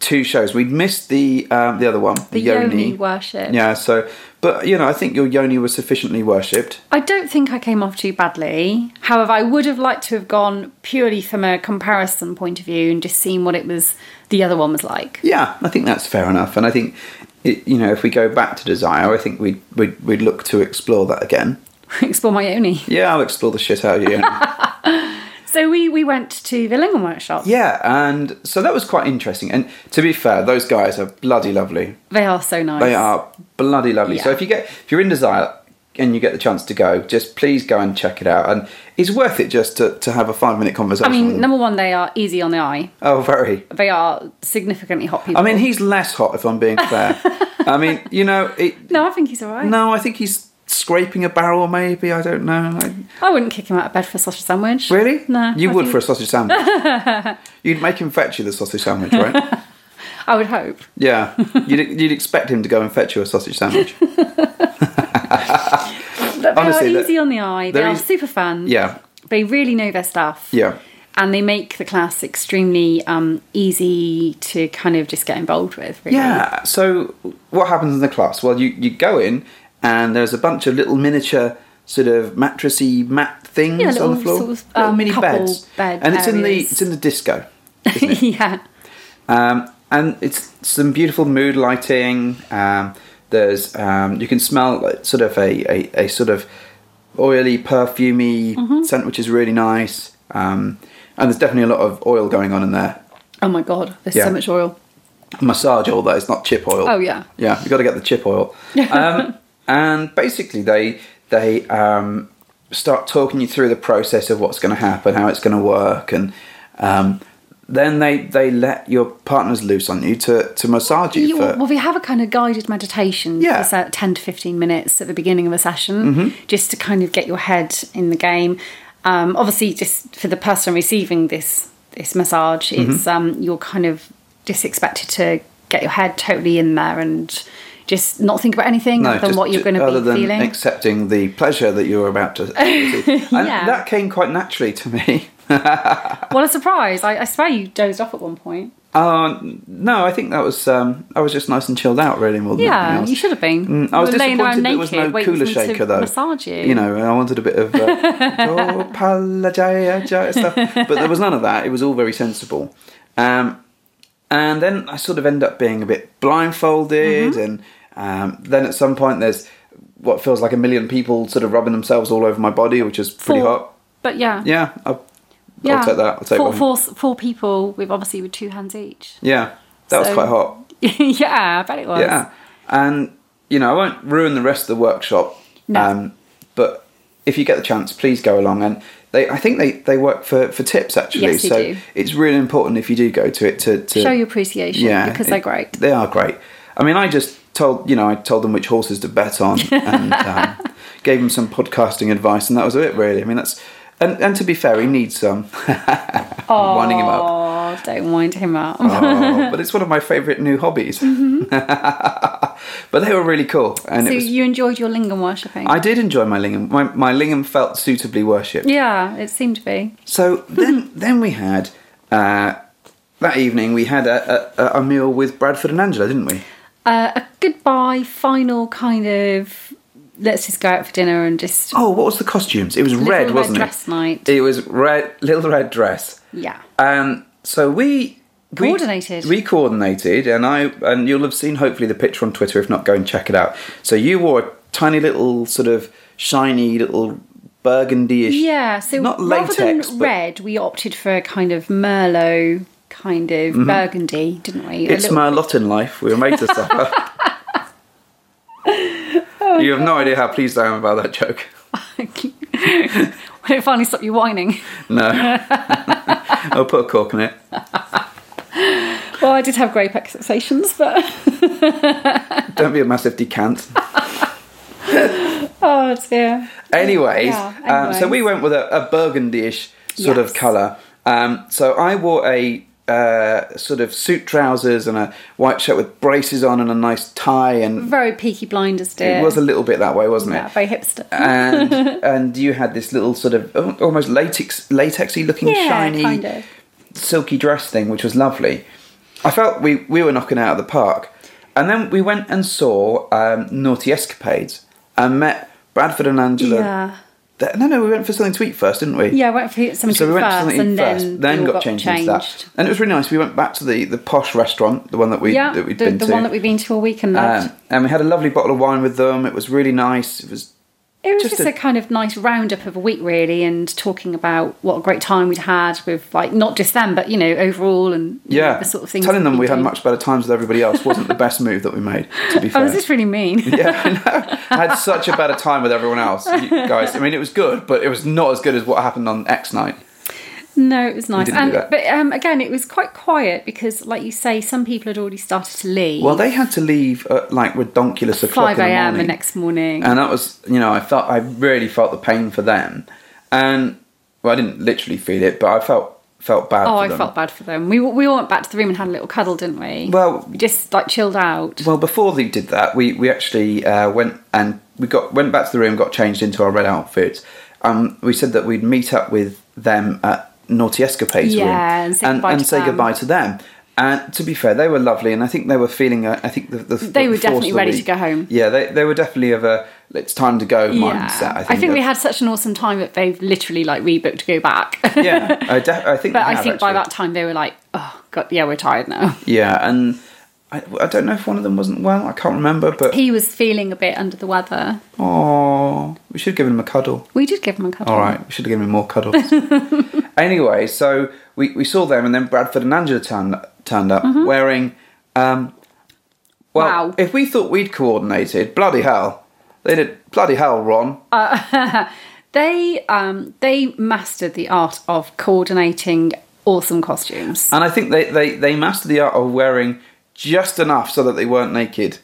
Speaker 1: two shows. We'd missed the um, the other one,
Speaker 2: the Yoni, worship.
Speaker 1: Yeah, so but you know, I think your yoni was sufficiently worshipped.
Speaker 2: I don't think I came off too badly. However, I would have liked to have gone purely from a comparison point of view and just seen what it was the other one was like.
Speaker 1: Yeah, I think that's fair enough, and I think it, you know if we go back to desire, I think we we'd, we'd look to explore that again.
Speaker 2: Explore my Yoni.
Speaker 1: Yeah, I'll explore the shit out of you.
Speaker 2: So we, we went to the Lingham workshop.
Speaker 1: yeah, and so that was quite interesting. And to be fair, those guys are bloody lovely.
Speaker 2: They are so nice.
Speaker 1: They are bloody lovely. So
Speaker 2: Yeah.
Speaker 1: if you get if you're in desire and you get the chance to go, just please go and check it out. And it's worth it just to, to have a five minute
Speaker 2: I
Speaker 1: conversation. with
Speaker 2: mean,
Speaker 1: them.
Speaker 2: number one, they are easy on the eye.
Speaker 1: oh, very.
Speaker 2: They are significantly hot people.
Speaker 1: I mean, he's less hot if I'm being fair. I mean, you know, it,
Speaker 2: no, I think he's all right.
Speaker 1: no, I think he's scraping a barrel, maybe. I don't know. Like,
Speaker 2: I wouldn't kick him out of bed for a sausage sandwich.
Speaker 1: really?
Speaker 2: No.
Speaker 1: You
Speaker 2: I
Speaker 1: would
Speaker 2: think-
Speaker 1: for a sausage sandwich. you'd make him fetch you the sausage sandwich, right?
Speaker 2: I would hope.
Speaker 1: yeah. You'd, you'd expect him to go and fetch you a sausage sandwich.
Speaker 2: But they
Speaker 1: Honestly,
Speaker 2: are
Speaker 1: they're-
Speaker 2: easy on the eye. They
Speaker 1: they're
Speaker 2: are
Speaker 1: easy-
Speaker 2: super fun.
Speaker 1: Yeah.
Speaker 2: They really know their stuff.
Speaker 1: Yeah.
Speaker 2: And they make the class extremely um, easy to kind of just get involved with. Really.
Speaker 1: Yeah. So what happens in the class? Well, you, you go in and there's a bunch of little miniature sort of mattressy mat things
Speaker 2: Yeah,
Speaker 1: on the
Speaker 2: little
Speaker 1: floor,
Speaker 2: sort of,
Speaker 1: little
Speaker 2: um,
Speaker 1: mini
Speaker 2: couple
Speaker 1: beds,
Speaker 2: bed
Speaker 1: and it's in the
Speaker 2: areas.
Speaker 1: it's in the disco, isn't it?
Speaker 2: yeah.
Speaker 1: um, and it's some beautiful mood lighting. Um, there's um, you can smell like, sort of a, a, a sort of oily perfumey
Speaker 2: Mm-hmm.
Speaker 1: scent, which is really nice. Um, and there's definitely a lot of oil going on in there.
Speaker 2: Oh my god, there's
Speaker 1: Yeah.
Speaker 2: so much oil.
Speaker 1: massage oil though it's not chip oil
Speaker 2: Oh, yeah.
Speaker 1: yeah you've got to get the chip oil um, and basically they they um, start talking you through the process of what's going to happen how it's going to work and um, then they they let your partners loose on you to to massage you
Speaker 2: You-
Speaker 1: for
Speaker 2: well, we have a kind of guided meditation
Speaker 1: Yeah. Mm-hmm.
Speaker 2: for about 10 to 15 minutes at the beginning of a session just to kind of get your head in the game. Um, obviously, just for the person receiving this this massage,
Speaker 1: Mm-hmm.
Speaker 2: it's um, you're kind of just expected to get your head totally in there and just not think about anything
Speaker 1: no,
Speaker 2: other than
Speaker 1: just-
Speaker 2: what you're
Speaker 1: ju-
Speaker 2: going to
Speaker 1: other
Speaker 2: be
Speaker 1: than
Speaker 2: feeling.
Speaker 1: accepting the pleasure that you're about to. receive. And
Speaker 2: Yeah.
Speaker 1: that came quite naturally to me.
Speaker 2: what a surprise! I, I swear you dozed off at one point.
Speaker 1: Uh, no, I think that was. Um, I was just nice and chilled out, really, more than anything
Speaker 2: Yeah,
Speaker 1: else.
Speaker 2: you should have been.
Speaker 1: Mm, I was
Speaker 2: You were laying around
Speaker 1: disappointed there was no
Speaker 2: naked, waiting
Speaker 1: cooler
Speaker 2: for them to
Speaker 1: shaker though.
Speaker 2: Massage you.
Speaker 1: You know, and I wanted a bit of uh, Gopala Jaya Jaya stuff, but there was none of that. It was all very sensible. Um, and then I sort of end up being a bit blindfolded,
Speaker 2: Mm-hmm.
Speaker 1: and um, then at some point there's what feels like a million people sort of rubbing themselves all over my body, which is pretty
Speaker 2: Four-
Speaker 1: hot.
Speaker 2: But yeah,
Speaker 1: Yeah, I'll, I'll take that. I'll take
Speaker 2: four,
Speaker 1: one.
Speaker 2: four, four people with obviously with two hands each.
Speaker 1: Yeah, that was
Speaker 2: So-
Speaker 1: quite hot.
Speaker 2: yeah, I bet it was.
Speaker 1: Yeah, and you know I won't ruin the rest of the workshop. um,
Speaker 2: No.
Speaker 1: but if you get the chance, please go along. And they, I think they, they work for, for tips actually.
Speaker 2: Yes, they
Speaker 1: so
Speaker 2: do.
Speaker 1: it's really important if you do go to it to, to
Speaker 2: Show your appreciation because they're
Speaker 1: it-
Speaker 2: great.
Speaker 1: They are great. I mean, I just told you know I told them which horses to bet on and um, gave them some podcasting advice, and that was it really. I mean that's. And, and to be fair, he needs some.
Speaker 2: Oh,
Speaker 1: winding him up.
Speaker 2: Don't wind him up.
Speaker 1: Oh, but it's one of my favourite new hobbies. but they were really cool. And
Speaker 2: Mm-hmm. so
Speaker 1: it was
Speaker 2: you enjoyed your lingam worshipping?
Speaker 1: I did enjoy my lingam. My, my lingam felt suitably worshipped.
Speaker 2: yeah, Mm-hmm. it seemed to be.
Speaker 1: So then, then we had uh, that evening. We had a, a, a meal with Bradford and Angela, didn't we?
Speaker 2: Uh, a goodbye, final kind of. Let's just go out for dinner and just
Speaker 1: Oh, what was the costumes? It was
Speaker 2: Little
Speaker 1: red,
Speaker 2: red
Speaker 1: wasn't
Speaker 2: dress
Speaker 1: it?
Speaker 2: night.
Speaker 1: It was red, little red dress.
Speaker 2: yeah.
Speaker 1: Um, so we we-
Speaker 2: Coordinated.
Speaker 1: We, coordinated, and I and you'll have seen hopefully the picture on Twitter. If not, go and check it out. So you wore a tiny little sort of shiny little burgundy-ish.
Speaker 2: Yeah, so
Speaker 1: not
Speaker 2: rather
Speaker 1: latex,
Speaker 2: than
Speaker 1: but-
Speaker 2: red, we opted for a kind of merlot, kind of burgundy, didn't we? A
Speaker 1: Mm-hmm. It's
Speaker 2: little-
Speaker 1: my lot in life. We were made to suffer. you have no idea how pleased I am about that joke.
Speaker 2: when it finally stopped you whining.
Speaker 1: No. I'll put a cork in it.
Speaker 2: Well, I did have grape expectations, but
Speaker 1: Don't be a massive decant.
Speaker 2: oh dear.
Speaker 1: Anyways,
Speaker 2: Yeah,
Speaker 1: um, so
Speaker 2: anyways.
Speaker 1: we went with a, a burgundy-ish sort of
Speaker 2: Yes.
Speaker 1: colour. Um, so I wore a uh, sort of suit trousers and a white shirt with braces on and a nice tie, and
Speaker 2: Very peaky blinders, dear.
Speaker 1: it was a little bit that way, wasn't
Speaker 2: yeah,
Speaker 1: it?
Speaker 2: very hipster.
Speaker 1: and and you had this little sort of al- almost latex latexy looking
Speaker 2: yeah,
Speaker 1: shiny
Speaker 2: kind of.
Speaker 1: silky dress thing, which was lovely. I felt we we were knocking it out of the park, and then we went and saw um, Naughty Escapades and met Bradford and Angela.
Speaker 2: Yeah.
Speaker 1: Th- No, no, we went for something to eat first, didn't we?
Speaker 2: Yeah, I went for something
Speaker 1: So we went
Speaker 2: first,
Speaker 1: for something to eat
Speaker 2: and
Speaker 1: first,
Speaker 2: then,
Speaker 1: then
Speaker 2: we all
Speaker 1: got, changed, into that, and it was really nice. We went back to the, the posh restaurant, the one that we
Speaker 2: Yeah,
Speaker 1: that we'd
Speaker 2: the,
Speaker 1: been
Speaker 2: the
Speaker 1: to,
Speaker 2: one that we've been to all week and loved.
Speaker 1: um, and we had a lovely bottle of wine with them. It was really nice. It was
Speaker 2: It was
Speaker 1: just
Speaker 2: just,
Speaker 1: a-
Speaker 2: a, kind of nice roundup of a week, really, and talking about what a great time we'd had with, like, not just them, but you know, overall and you know,
Speaker 1: Yeah,
Speaker 2: the sort of things.
Speaker 1: Telling
Speaker 2: that
Speaker 1: them we had
Speaker 2: do.
Speaker 1: much better times with everybody else wasn't the best move that we made. To be fair,
Speaker 2: Oh, is this really mean?
Speaker 1: yeah, I know. I had such a better time with everyone else, you guys. I mean, it was good, but it was not as good as what happened on X night.
Speaker 2: No, it was nice.
Speaker 1: didn't do
Speaker 2: And,
Speaker 1: that.
Speaker 2: but um, again, it was quite quiet because, like you say, some people had already started to leave.
Speaker 1: Well, they had to leave at like redonkulous o'clock
Speaker 2: 5
Speaker 1: in the
Speaker 2: a.m. the
Speaker 1: morning.
Speaker 2: next morning.
Speaker 1: and that was you know I felt I really felt the pain for them, and well, I didn't literally feel it, but I felt felt bad.
Speaker 2: oh,
Speaker 1: for
Speaker 2: I
Speaker 1: them.
Speaker 2: felt bad for them. We, we all went back to the room and had a little cuddle, didn't we?
Speaker 1: Well-
Speaker 2: we just like chilled out.
Speaker 1: Well, before they did that, we, we actually uh, went and we got went back to the room, got changed into our red outfits. Um, we said that we'd meet up with them at Naughty Escapades
Speaker 2: Yeah,
Speaker 1: room
Speaker 2: and say goodbye
Speaker 1: and
Speaker 2: to
Speaker 1: say
Speaker 2: them.
Speaker 1: goodbye to them. And to be fair, they were lovely, and I think they were feeling. A, I think the, the
Speaker 2: They were
Speaker 1: the force of
Speaker 2: definitely
Speaker 1: the
Speaker 2: ready to
Speaker 1: week.
Speaker 2: go home.
Speaker 1: Yeah, they, they were definitely of a it's time to go mindset. I think,
Speaker 2: we
Speaker 1: that-
Speaker 2: had such an awesome time that they've literally like rebooked to go back.
Speaker 1: yeah, I, def- I think.
Speaker 2: but
Speaker 1: they
Speaker 2: I
Speaker 1: have,
Speaker 2: think by
Speaker 1: actually.
Speaker 2: that time they were like, oh god, yeah, we're tired now.
Speaker 1: Yeah, and I, I don't know if one of them wasn't well. I can't remember, but
Speaker 2: He was feeling a bit under the weather.
Speaker 1: oh, we should have given him a cuddle.
Speaker 2: We did give him a cuddle.
Speaker 1: All right, we should have given him more cuddles. anyway, so we, we saw them, and then Bradford and Angela turned turned up wearing. Um, well,
Speaker 2: Mm-hmm. Wow.
Speaker 1: if we thought we'd coordinated, bloody hell, they did. Bloody hell, Ron.
Speaker 2: They um they mastered the art of coordinating awesome costumes.
Speaker 1: and I think they, they they mastered the art of wearing just enough so that they weren't naked.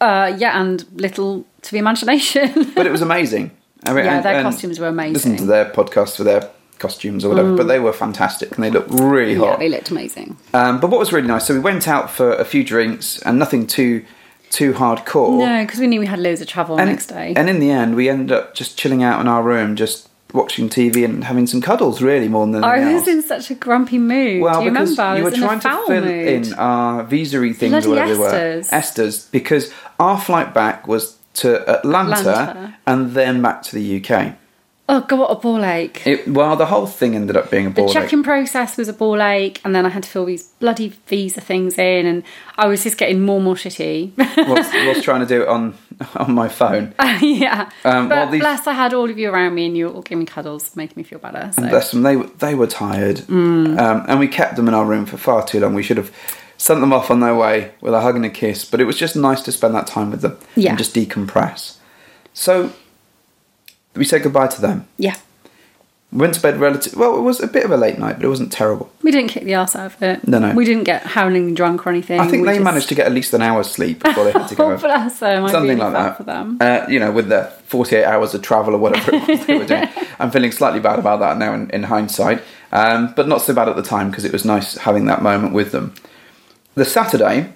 Speaker 2: Uh yeah, and little to the imagination.
Speaker 1: But it was amazing. I mean,
Speaker 2: Yeah, their costumes were amazing. Mm.
Speaker 1: Listen to their podcast for their costumes or whatever, but they were fantastic and they looked really hot.
Speaker 2: yeah, they looked amazing.
Speaker 1: Um, but what was really nice, so we went out for a few drinks and nothing too too hardcore.
Speaker 2: No, because we knew we had loads of travel
Speaker 1: and,
Speaker 2: next day.
Speaker 1: And in the end, we ended up just chilling out in our room, just watching TV and having some cuddles, really, more than anything
Speaker 2: I
Speaker 1: else.
Speaker 2: was in such a grumpy mood.
Speaker 1: well,
Speaker 2: Do you
Speaker 1: because
Speaker 2: remember? I
Speaker 1: you were
Speaker 2: was in
Speaker 1: trying
Speaker 2: a
Speaker 1: to
Speaker 2: foul
Speaker 1: fill
Speaker 2: mood.
Speaker 1: in our visa things or
Speaker 2: Bloody
Speaker 1: whatever they were.
Speaker 2: Esters.
Speaker 1: Esther's, because our flight back was to Atlanta,
Speaker 2: Atlanta.
Speaker 1: and then back to the UK.
Speaker 2: Oh god, what a ball ache.
Speaker 1: It, well, the whole thing ended up being a
Speaker 2: The
Speaker 1: ball. ache.
Speaker 2: check-in process was a ball ache, and then I had to fill these bloody visa things in, and I was just getting more and more shitty.
Speaker 1: was, was trying to do it on on my phone.
Speaker 2: yeah,
Speaker 1: Um,
Speaker 2: but
Speaker 1: well, these-
Speaker 2: bless, I had all of you around me, and you all gave me cuddles, making me feel better. So.
Speaker 1: Bless them. They were they were tired,
Speaker 2: Mm.
Speaker 1: um, and we kept them in our room for far too long. We should have sent them off on their way with a hug and a kiss. But it was just nice to spend that time with them
Speaker 2: Yeah.
Speaker 1: and just decompress. So we said goodbye to them.
Speaker 2: yeah,
Speaker 1: Went to bed relative. Well, it was a bit of a late night, but it wasn't terrible.
Speaker 2: we didn't kick the ass out of it.
Speaker 1: No, no.
Speaker 2: we didn't get howling drunk or anything.
Speaker 1: I think
Speaker 2: we
Speaker 1: they
Speaker 2: just-
Speaker 1: managed to get at least an hour's sleep before they had to go.
Speaker 2: Oh, bless them! I
Speaker 1: Something
Speaker 2: really
Speaker 1: like
Speaker 2: felt
Speaker 1: that.
Speaker 2: for them.
Speaker 1: Uh, you know, with the 48 hours of travel or whatever it was they were doing. I'm feeling slightly bad about that now in, in hindsight, um, but not so bad at the time because it was nice having that moment with them. The Saturday,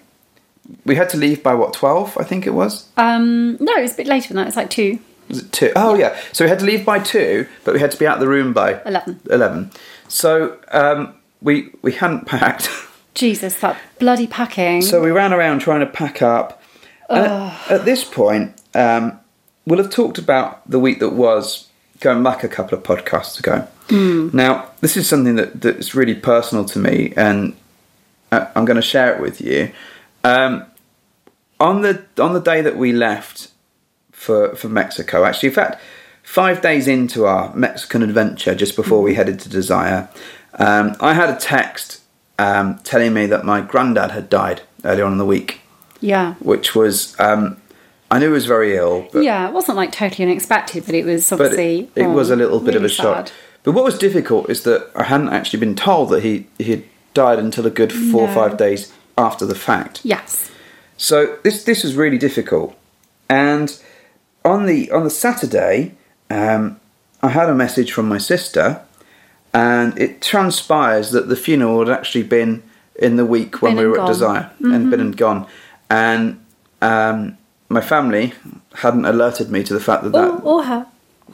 Speaker 1: we had to leave by what, 12, I think it was?
Speaker 2: Um, no, it was a bit later than that. It's like two.
Speaker 1: Was it two? Oh, yeah. So we had to leave by two, but we had to be out of the room by
Speaker 2: 11.
Speaker 1: 11. So um, we, we hadn't packed.
Speaker 2: Jesus, that bloody packing.
Speaker 1: So we ran around trying to pack up. And at, at this point, um, we'll have talked about the week that was going back a couple of podcasts ago. Now, this is something that, that's really personal to me, and I- I'm going to share it with you. Um, on the on the day that we left for for Mexico, actually, in fact, five days into our Mexican adventure, just before
Speaker 2: Mm.
Speaker 1: we headed to Desire, um, I had a text um, telling me that my granddad had died earlier on in the week,
Speaker 2: yeah,
Speaker 1: which was um, I knew he was very ill, but
Speaker 2: yeah, it wasn't like totally unexpected, but it was
Speaker 1: but
Speaker 2: obviously
Speaker 1: it, it was
Speaker 2: oh,
Speaker 1: a little bit of
Speaker 2: really
Speaker 1: a shock.
Speaker 2: sad.
Speaker 1: But what was difficult is that I hadn't actually been told that he he had died until a good four or
Speaker 2: No.
Speaker 1: five days after the fact.
Speaker 2: Yes.
Speaker 1: So this this was really difficult. And on the on the Saturday, um, I had a message from my sister, and it transpires that the funeral had actually been in the week when
Speaker 2: Been
Speaker 1: we
Speaker 2: and
Speaker 1: were at
Speaker 2: gone. Mm-hmm.
Speaker 1: Desire and been and gone, and um, my family hadn't alerted me to the fact that
Speaker 2: Or,
Speaker 1: that
Speaker 2: Oh, or her.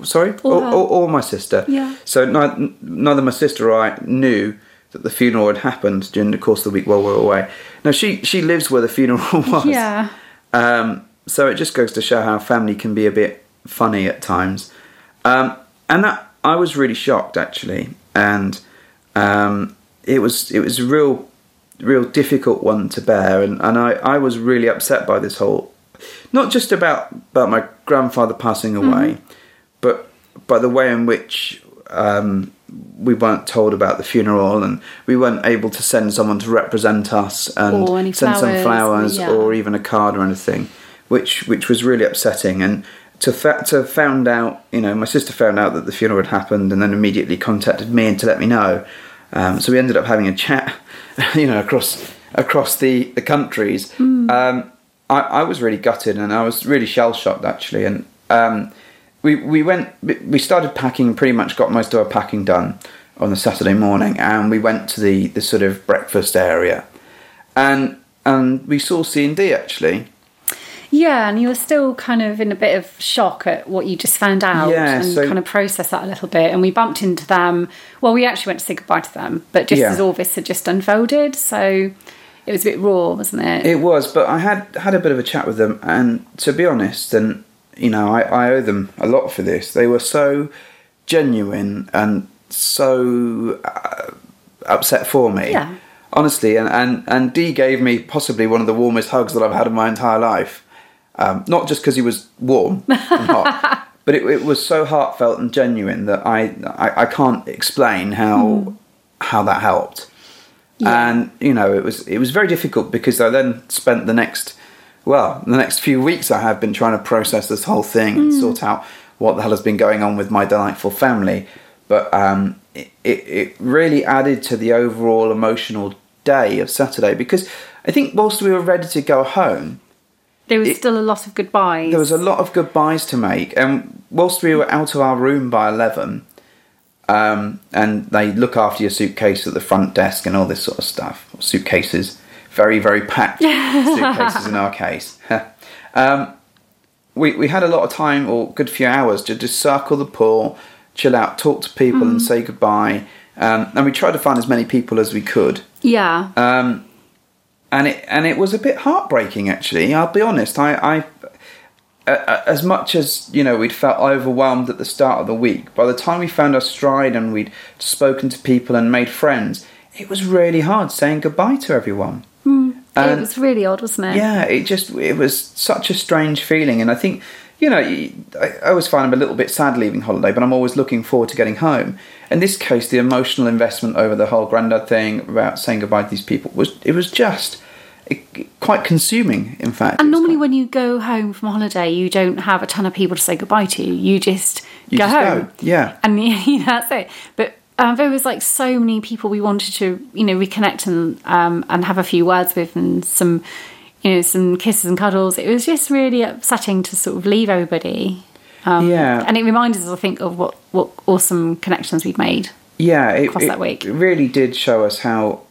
Speaker 1: sorry
Speaker 2: Or
Speaker 1: or,
Speaker 2: her.
Speaker 1: or, or my sister
Speaker 2: Yeah.
Speaker 1: so neither, neither my sister or i knew that the funeral had happened during the course of the week while we were away now she she lives where the funeral was
Speaker 2: Yeah.
Speaker 1: um, so it just goes to show how family can be a bit funny at times um, and that i was really shocked actually and um, it was it was a real real difficult one to bear and, and I, I was really upset by this whole not just about about my grandfather passing away but by the way in which um, we weren't told about the funeral and we weren't able to send someone to represent us and
Speaker 2: Or any
Speaker 1: send some
Speaker 2: flowers,
Speaker 1: flowers
Speaker 2: yeah.
Speaker 1: or even a card or anything which which was really upsetting and to fa- to found out you know my sister found out that the funeral had happened and then immediately contacted me and to let me know um, so we ended up having a chat you know across across the the countries
Speaker 2: Hmm.
Speaker 1: um, I, I was really gutted and I was really shell shocked actually and um, we we went we we started packing pretty much got most of our packing done on the Saturday morning and we went to the the sort of breakfast area and and we saw C and D actually
Speaker 2: Yeah, and you were still kind of in a bit of shock at what you just found out
Speaker 1: Yeah,
Speaker 2: and
Speaker 1: so-
Speaker 2: kind of process that a little bit. And we bumped into them. Well, we actually went to say goodbye to them, but just
Speaker 1: Yeah.
Speaker 2: as all this had just unfolded, so it was a bit raw, wasn't it?
Speaker 1: It was, but I had had a bit of a chat with them, and to be honest, and you know, I, I owe them a lot for this. They were so genuine and so uh, upset for me.
Speaker 2: Yeah.
Speaker 1: Honestly, and, and, and Dee gave me possibly one of the warmest hugs that I've had in my entire life. Um, not just because he was warm and hot, but it, it was so heartfelt and genuine that I, I, I can't explain how,
Speaker 2: Hmm.
Speaker 1: how that helped
Speaker 2: Yeah.
Speaker 1: and you know it was it was very difficult because I then spent the next well the next few weeks I have been trying to process this whole thing and sort out what the hell has been going on with my delightful family but um it, it, it really added to the overall emotional day of Saturday because I think whilst we were ready to go home
Speaker 2: there was
Speaker 1: it-
Speaker 2: still a lot of goodbyes.
Speaker 1: there was a lot of goodbyes to make, and whilst we were out of our room by eleven, um, and they look after your suitcase at the front desk and all this sort of stuff. Suitcases, very very packed suitcases in our case. um, we we had a lot of time, or good few hours, to just circle the pool, chill out, talk to people, and say goodbye. Um, and we tried to find as many people as we could
Speaker 2: yeah.
Speaker 1: Uh, and it and it was a bit heartbreaking actually i'll be honest i i a- a- as much as you know we'd felt overwhelmed at the start of the week by the time we found our stride and we'd spoken to people and made friends it was really hard saying goodbye to everyone
Speaker 2: it was really odd, wasn't it?
Speaker 1: yeah it just it was such a strange feeling and i think you know you- i I always find i'm a little bit sad leaving holiday but i'm always looking forward to getting home in this case the emotional investment over the whole grandad thing about saying goodbye to these people was it was just it, quite consuming in fact
Speaker 2: And
Speaker 1: It was
Speaker 2: normally,
Speaker 1: quite-
Speaker 2: when you go home from holiday, you don't have a ton of people to say goodbye to. You just
Speaker 1: You
Speaker 2: go
Speaker 1: just go,
Speaker 2: home.
Speaker 1: yeah.
Speaker 2: and you know, that's it. But um, there was like so many people we wanted to, you know, reconnect and um, and have a few words with and some, you know, some kisses and cuddles. It was just really upsetting to sort of leave everybody. Um,
Speaker 1: Yeah.
Speaker 2: and it reminded us, I think, of what what awesome connections we'd made.
Speaker 1: yeah it,
Speaker 2: across
Speaker 1: it-
Speaker 2: that week.
Speaker 1: it really did show us how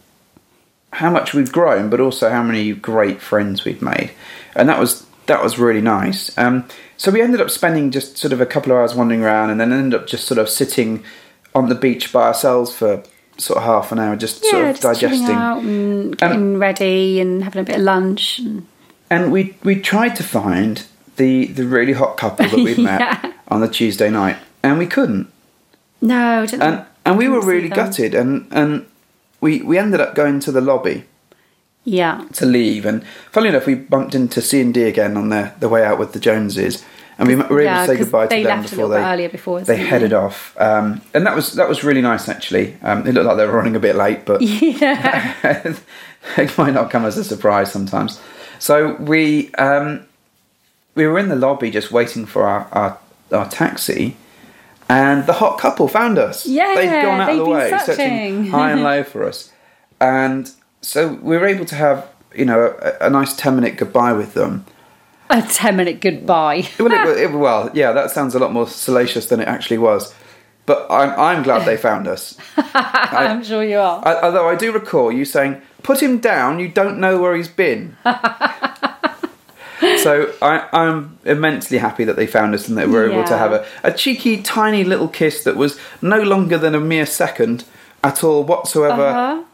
Speaker 1: how much we've grown but also how many great friends we've made and that was that was really nice um, so we ended up spending just sort of a couple of hours wandering around and then ended up just sort of sitting on the beach by ourselves for sort of half an hour just sort of
Speaker 2: just chilling
Speaker 1: digesting
Speaker 2: out and getting ready and having a bit of lunch. And,
Speaker 1: and we we tried to find the the really hot couple that we met
Speaker 2: Yeah.
Speaker 1: on the tuesday night and we couldn't
Speaker 2: no, I didn't.
Speaker 1: and and we were
Speaker 2: Couldn't see
Speaker 1: really
Speaker 2: them.
Speaker 1: gutted and and we we ended up going to the lobby
Speaker 2: yeah.
Speaker 1: to leave. And funnily enough, we bumped into C and D again on their the way out with the Joneses, and we m- were able
Speaker 2: Yeah,
Speaker 1: to say
Speaker 2: 'cause
Speaker 1: goodbye to
Speaker 2: they
Speaker 1: them
Speaker 2: left a
Speaker 1: before
Speaker 2: little
Speaker 1: they
Speaker 2: bit earlier before,
Speaker 1: they
Speaker 2: didn't they?
Speaker 1: headed off. Um, and that was that was really nice actually. Um, it looked like they were running a bit late, but it might not come as a surprise sometimes. So we um, we were in the lobby just waiting for our our, our taxi. And the hot couple found us.
Speaker 2: Yeah,
Speaker 1: they'd gone out
Speaker 2: they'd
Speaker 1: of the
Speaker 2: been
Speaker 1: way,
Speaker 2: searching.
Speaker 1: high and low for us. And so we were able to have you know a, a nice ten minute goodbye with them.
Speaker 2: A 10 minute goodbye.
Speaker 1: Well, it, wa- it, well, yeah, that sounds a lot more salacious than it actually was. But I'm, I'm glad they found us.
Speaker 2: I'm sure you are.
Speaker 1: I, although I do recall you saying, "Put him down. You don't know where he's been." so I, I'm immensely happy that they found us and that we were able to
Speaker 2: Yeah.
Speaker 1: have a, a cheeky, tiny little kiss that was no longer than a mere second at all whatsoever.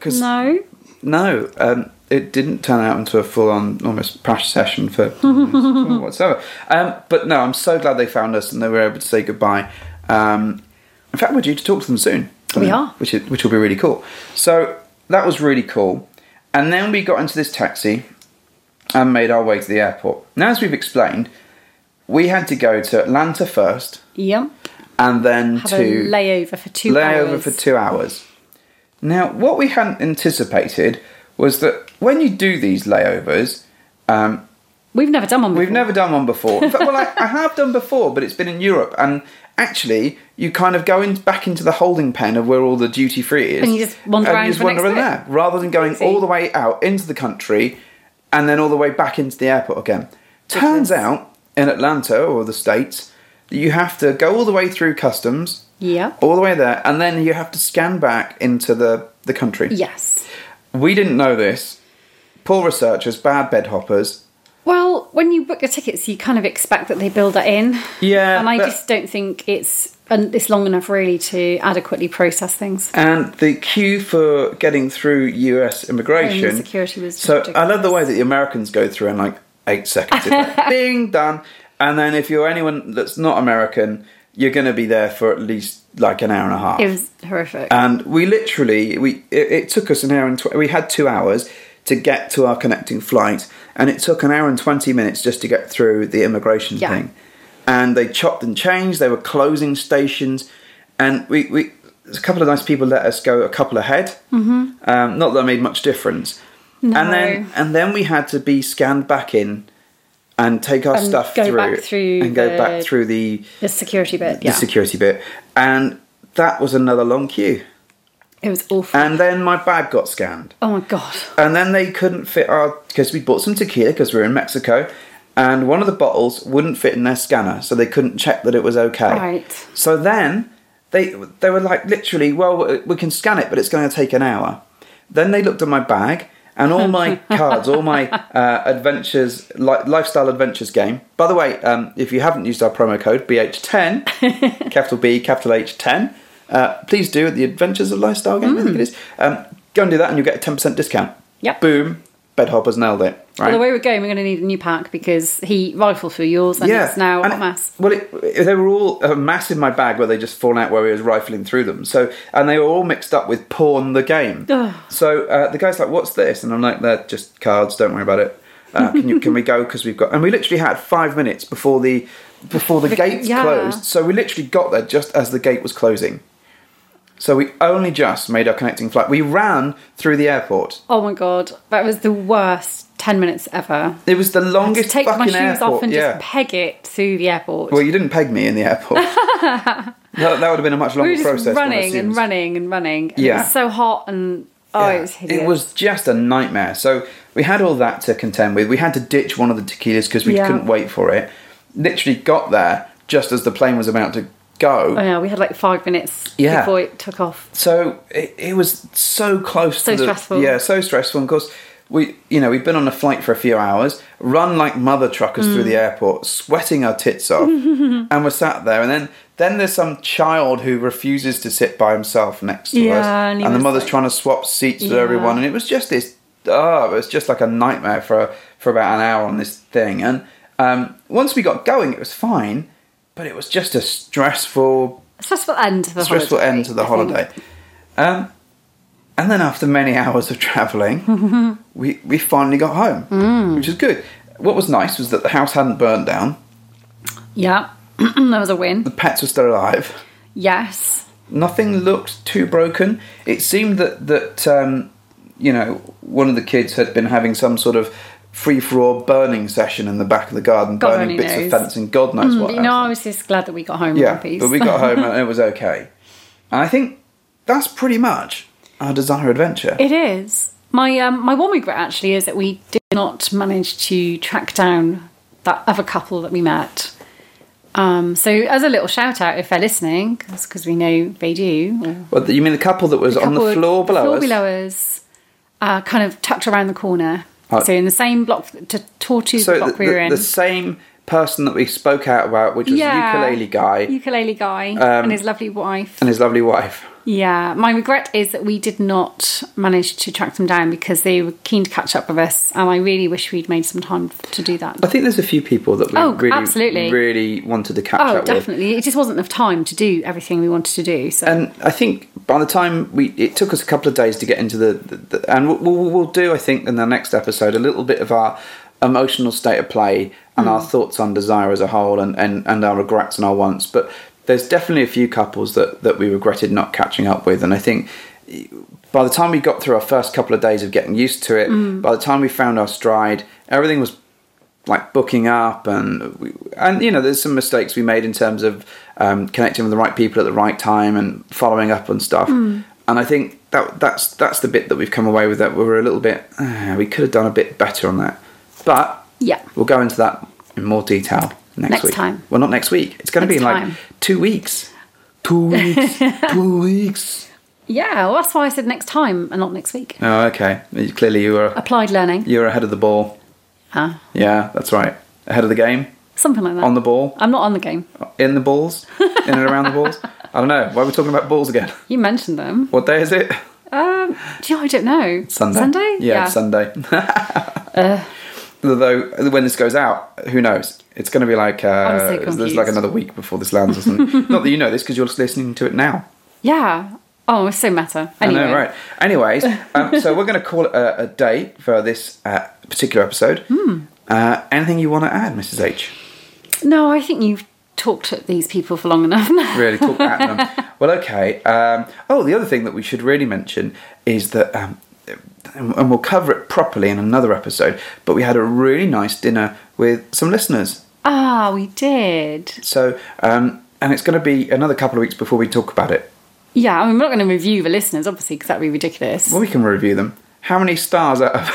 Speaker 2: Uh, no.
Speaker 1: No, um, it didn't turn out into a full on, almost crash session for whatsoever. Um, but no, I'm so glad they found us and they were able to say goodbye. Um, in fact, we're due to talk to them soon. Um,
Speaker 2: We are.
Speaker 1: Which, is, which will be really cool. So that was really cool. And then we got into this taxi and made our way to the airport. Now, as we've explained, we had to go to Atlanta first
Speaker 2: Yep.
Speaker 1: and then
Speaker 2: Have
Speaker 1: to
Speaker 2: a layover for two hours.
Speaker 1: layover for two hours. Now, what we hadn't anticipated was that when you do these layovers, um,
Speaker 2: We've never done one before.
Speaker 1: we've never done one before. In fact, well, I, I have done before, but it's been in Europe, and actually, you kind of go in, back into the holding pen of where all the duty free is,
Speaker 2: And you just wander
Speaker 1: and
Speaker 2: around
Speaker 1: you just
Speaker 2: for the
Speaker 1: wander
Speaker 2: next
Speaker 1: around there,
Speaker 2: bit.
Speaker 1: rather than going
Speaker 2: Crazy.
Speaker 1: all the way out into the country and then all the way back into the airport again. Turns out in Atlanta or the states. that You have to go all the way through customs,
Speaker 2: Yeah.
Speaker 1: all the way there, and then you have to scan back into the, the country.
Speaker 2: Yes.
Speaker 1: We didn't know this. Poor researchers, bad bed hoppers.
Speaker 2: Well, when you book your tickets, you kind of expect that they build that in.
Speaker 1: Yeah,
Speaker 2: And I
Speaker 1: but-
Speaker 2: just don't think it's and it's long enough really to adequately process things.
Speaker 1: And the queue for getting through US immigration.
Speaker 2: Homeland security was
Speaker 1: So I love the way
Speaker 2: ridiculous.
Speaker 1: that the Americans go through in like eight seconds. It's like, Ding, done. And then if you're anyone that's not American, you're going to be there for at least like an hour and a half.
Speaker 2: It was horrific.
Speaker 1: and we literally we it, it took us an hour and tw- we had two hours to get to our connecting flight and it took an hour and 20 minutes just to get through the immigration
Speaker 2: Yeah.
Speaker 1: thing and they chopped and changed they were closing stations and we, we a couple of nice people let us go a couple ahead mm-hmm. um, not that it made much difference and then and then we had to be scanned back in and take our
Speaker 2: And
Speaker 1: stuff
Speaker 2: go
Speaker 1: through,
Speaker 2: back through
Speaker 1: and go
Speaker 2: the-
Speaker 1: back through the,
Speaker 2: the security bit. Yeah.
Speaker 1: the security bit and that was another long queue
Speaker 2: it was awful.
Speaker 1: and then my bag got scanned.
Speaker 2: oh my god.
Speaker 1: And then they couldn't fit our because we bought some tequila because we were in Mexico, and one of the bottles wouldn't fit in their scanner, so they couldn't check that it was okay.
Speaker 2: Right.
Speaker 1: So then they they were like literally, well, we can scan it, but it's going to take an hour. Then they looked at my bag and all my cards, all my uh, adventures, li- lifestyle adventures game. By the way, um, if you haven't used our promo code BH10, capital B, capital H10, uh, please do at the Adventures of Lifestyle game. I think it is. Um, go and do that, and you'll get a ten percent discount.
Speaker 2: Mm. Yep.
Speaker 1: Boom. Bedhoppers nailed it. Right.
Speaker 2: Well, the way we're going, we're going to need a new pack because he rifled through yours and it's now
Speaker 1: and
Speaker 2: a mass.
Speaker 1: Well, it, it- they were all a mass in my bag where they just fallen out where he was rifling through them. So, and they were all mixed up with Pawn the game.
Speaker 2: Ugh.
Speaker 1: so uh, the guy's like, "What's this?" And I'm like, "They're just cards. Don't worry about it. Uh, can you can we go? Because we've got." And we literally had five minutes before the before the, gates
Speaker 2: yeah.
Speaker 1: closed. So we literally got there just as the gate was closing. So we only just made our connecting flight. We ran through the airport.
Speaker 2: Oh my god, that was the worst ten minutes ever.
Speaker 1: It was the
Speaker 2: To
Speaker 1: longest
Speaker 2: take
Speaker 1: fucking
Speaker 2: my shoes
Speaker 1: airport.
Speaker 2: off and
Speaker 1: yeah.
Speaker 2: just peg it through the airport.
Speaker 1: Well, you didn't peg me in the airport. that, that would have been a much longer
Speaker 2: we were just
Speaker 1: process. one
Speaker 2: running and
Speaker 1: assumes.
Speaker 2: running and running. And
Speaker 1: Yeah.
Speaker 2: It was so hot and oh,
Speaker 1: Yeah.
Speaker 2: it was hideous.
Speaker 1: was just a nightmare. So we had all that to contend with. We had to ditch one of the tequilas because we
Speaker 2: Yeah.
Speaker 1: couldn't wait for it. Literally got there just as the plane was about to go.
Speaker 2: Oh yeah, we had like five minutes
Speaker 1: Yeah.
Speaker 2: before it took off.
Speaker 1: So it, it was so close.
Speaker 2: So
Speaker 1: to the,
Speaker 2: stressful.
Speaker 1: Yeah, so stressful. And of course, we you know we've been on a flight for a few hours, run like mother truckers
Speaker 2: Mm.
Speaker 1: through the airport, sweating our tits off, and we're sat there. And then then there's some child who refuses to sit by himself next to
Speaker 2: Yeah,
Speaker 1: us,
Speaker 2: and he
Speaker 1: the
Speaker 2: was
Speaker 1: mother's
Speaker 2: like-
Speaker 1: trying to swap seats with
Speaker 2: Yeah.
Speaker 1: everyone. And it was just this. Oh, it was just like a nightmare for for about an hour on this thing. And um, once we got going, it was fine, but it was just a stressful
Speaker 2: A stressful end to the
Speaker 1: stressful
Speaker 2: holiday,
Speaker 1: end to the
Speaker 2: I think.
Speaker 1: holiday. Um, and then after many hours of travelling, we, we finally got home,
Speaker 2: Mm.
Speaker 1: which is good. What was nice was that the house hadn't burned down,
Speaker 2: Yeah. that was a win.
Speaker 1: the pets were still alive,
Speaker 2: Yes.
Speaker 1: nothing looked too broken. It seemed that, that um, you know, one of the kids had been having some sort of free for all burning session in the back of the garden,
Speaker 2: God
Speaker 1: burning
Speaker 2: only
Speaker 1: bits of
Speaker 2: knows.
Speaker 1: fence and God knows what
Speaker 2: Mm, You know,
Speaker 1: else.
Speaker 2: I was just glad that we got home in
Speaker 1: Yeah,
Speaker 2: one piece.
Speaker 1: but we got home and it was okay. And I think that's pretty much our desire adventure.
Speaker 2: It is. My um, my one regret actually is that we did not manage to track down that other couple that we met. Um, so as a little shout out, if they're listening, that's because we know they do. or
Speaker 1: Well, you mean the couple that was on the
Speaker 2: couple-
Speaker 1: floor below
Speaker 2: floor
Speaker 1: us?
Speaker 2: below us, uh, kind of tucked around the corner.
Speaker 1: Oh.
Speaker 2: So in the same block, to Tortu
Speaker 1: so the,
Speaker 2: block we were
Speaker 1: the,
Speaker 2: in.
Speaker 1: the same person that we spoke out about, which was
Speaker 2: yeah,
Speaker 1: ukulele guy Um,
Speaker 2: ukulele guy, and his lovely wife.
Speaker 1: and his lovely wife.
Speaker 2: Yeah, my regret is that we did not manage to track them down because they were keen to catch up with us, and I really wish we'd made some time to do that.
Speaker 1: I think there's a few people that we
Speaker 2: Oh,
Speaker 1: really,
Speaker 2: absolutely.
Speaker 1: really wanted to catch
Speaker 2: Oh,
Speaker 1: up with.
Speaker 2: definitely. It just wasn't enough time to do everything we wanted to do. So
Speaker 1: And I think by the time we, it took us a couple of days to get into the, the, the and we'll, we'll, we'll do, I think, in the next episode, a little bit of our emotional state of play and
Speaker 2: Hmm.
Speaker 1: our thoughts on desire as a whole and, and, and our regrets and our wants. But there's definitely a few couples that, that we regretted not catching up with. And I think by the time we got through our first couple of days of getting used to it,
Speaker 2: Mm.
Speaker 1: by the time we found our stride, everything was like booking up and we, and you know there's some mistakes we made in terms of um, connecting with the right people at the right time and following up on stuff
Speaker 2: Mm.
Speaker 1: and I think that that's that's the bit that we've come away with that we were a little bit "Ah, we could have done a bit better on that but
Speaker 2: Yeah.
Speaker 1: we'll go into that in more detail next,
Speaker 2: Next
Speaker 1: week
Speaker 2: time.
Speaker 1: well not next week it's going to be in
Speaker 2: Next
Speaker 1: like
Speaker 2: time.
Speaker 1: two weeks two weeks two weeks
Speaker 2: yeah, well, that's why I said next time and not next week.
Speaker 1: oh okay clearly you were
Speaker 2: Applied learning,
Speaker 1: you were ahead of the ball
Speaker 2: Ah,
Speaker 1: yeah that's right ahead of the game
Speaker 2: something like that.
Speaker 1: on the ball
Speaker 2: I'm not on the game.
Speaker 1: in the balls, in and around the balls. I don't know. Why are we talking about balls again?
Speaker 2: You mentioned them.
Speaker 1: What day is it?
Speaker 2: Um, do you know, I don't know.
Speaker 1: Sunday.
Speaker 2: Sunday. Uh.
Speaker 1: Yeah, it's Sunday. Though when this goes out, who knows? It's going to be like
Speaker 2: was so
Speaker 1: uh, there's
Speaker 2: confused.
Speaker 1: like another week before this lands or something. Not that you know this because you're just listening to it now.
Speaker 2: Yeah. Oh, it's so meta. Anyway,
Speaker 1: I know, right? Anyways, um, so we're going to call it a, a day for this uh, particular episode.
Speaker 2: Hmm.
Speaker 1: Uh, anything you want to add, Mrs. H?
Speaker 2: No, I think you've talked at these people for long enough. now.
Speaker 1: really talk at them. Well, okay. Um, oh, the other thing that we should really mention is that, um, and we'll cover it properly in another episode, but we had a really nice dinner with some listeners.
Speaker 2: Ah, we did.
Speaker 1: So, um, and it's going to be another couple of weeks before we talk about it.
Speaker 2: Yeah, I mean, we're not going to review the listeners, obviously, because that'd be ridiculous.
Speaker 1: Well, we can review them. How many stars out of.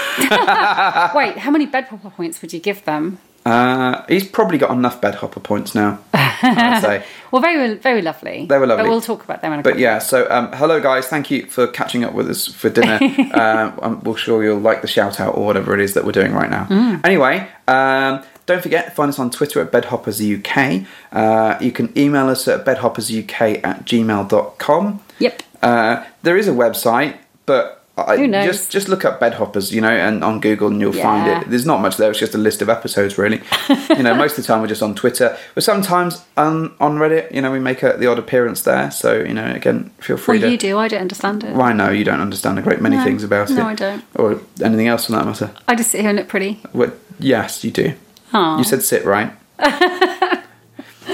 Speaker 2: Wait, how many bed popper points would you give them?
Speaker 1: Uh, he's probably got enough bed hopper points now, I'd say.
Speaker 2: Well, they were very lovely.
Speaker 1: They were lovely.
Speaker 2: But we'll talk about them in a
Speaker 1: But yeah, so um, hello guys, thank you for catching up with us for dinner. uh, I'm we're sure you'll like the shout out or whatever it is that we're doing right now. Anyway, um, don't forget, find us on Twitter at bedhoppersuk. Uh, you can email us at bedhoppersuk at gmail.com.
Speaker 2: Yep.
Speaker 1: Uh, there is a website, but I,
Speaker 2: Who knows?
Speaker 1: just just look up bedhoppers, you know, and on Google, and you'll
Speaker 2: Yeah.
Speaker 1: find it. There's not much there. It's just a list of episodes, really. you know, most of the time we're just on Twitter, but sometimes on on Reddit, you know, we make a, the odd appearance there. So you know, again, feel free
Speaker 2: Well,
Speaker 1: to.
Speaker 2: you do. I don't understand it.
Speaker 1: Well, I know you don't understand a great many
Speaker 2: No.
Speaker 1: things about it.
Speaker 2: No, I don't.
Speaker 1: Or anything else for that matter.
Speaker 2: I just sit here and look pretty.
Speaker 1: What? Yes, you do.
Speaker 2: Aw.
Speaker 1: You said sit, right?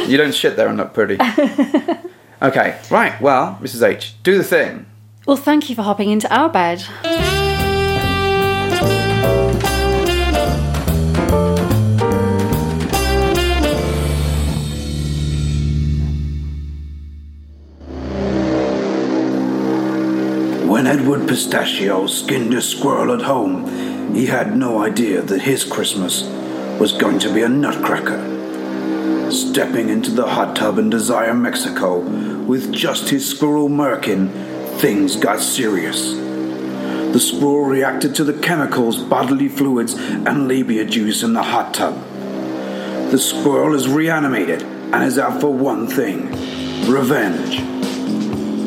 Speaker 1: you don't shit there and look pretty. okay, right. Well, Mrs H, do the thing.
Speaker 2: Well, thank you for hopping into our bed.
Speaker 4: When Edward Pistachio skinned a squirrel at home, he had no idea that his Christmas was going to be a nutcracker. Stepping into the hot tub in Desire, Mexico, with just his squirrel merkin, things got serious. The squirrel reacted to the chemicals, bodily fluids, and labia juice in the hot tub. The squirrel is reanimated and is out for one thing revenge.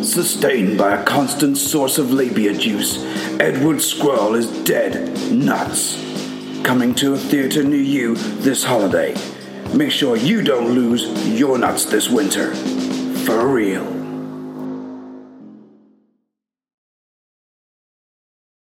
Speaker 4: Sustained by a constant source of labia juice, Edward Squirrel is dead nuts. Coming to a theater near you this holiday. Make sure you don't lose your nuts this winter. For real.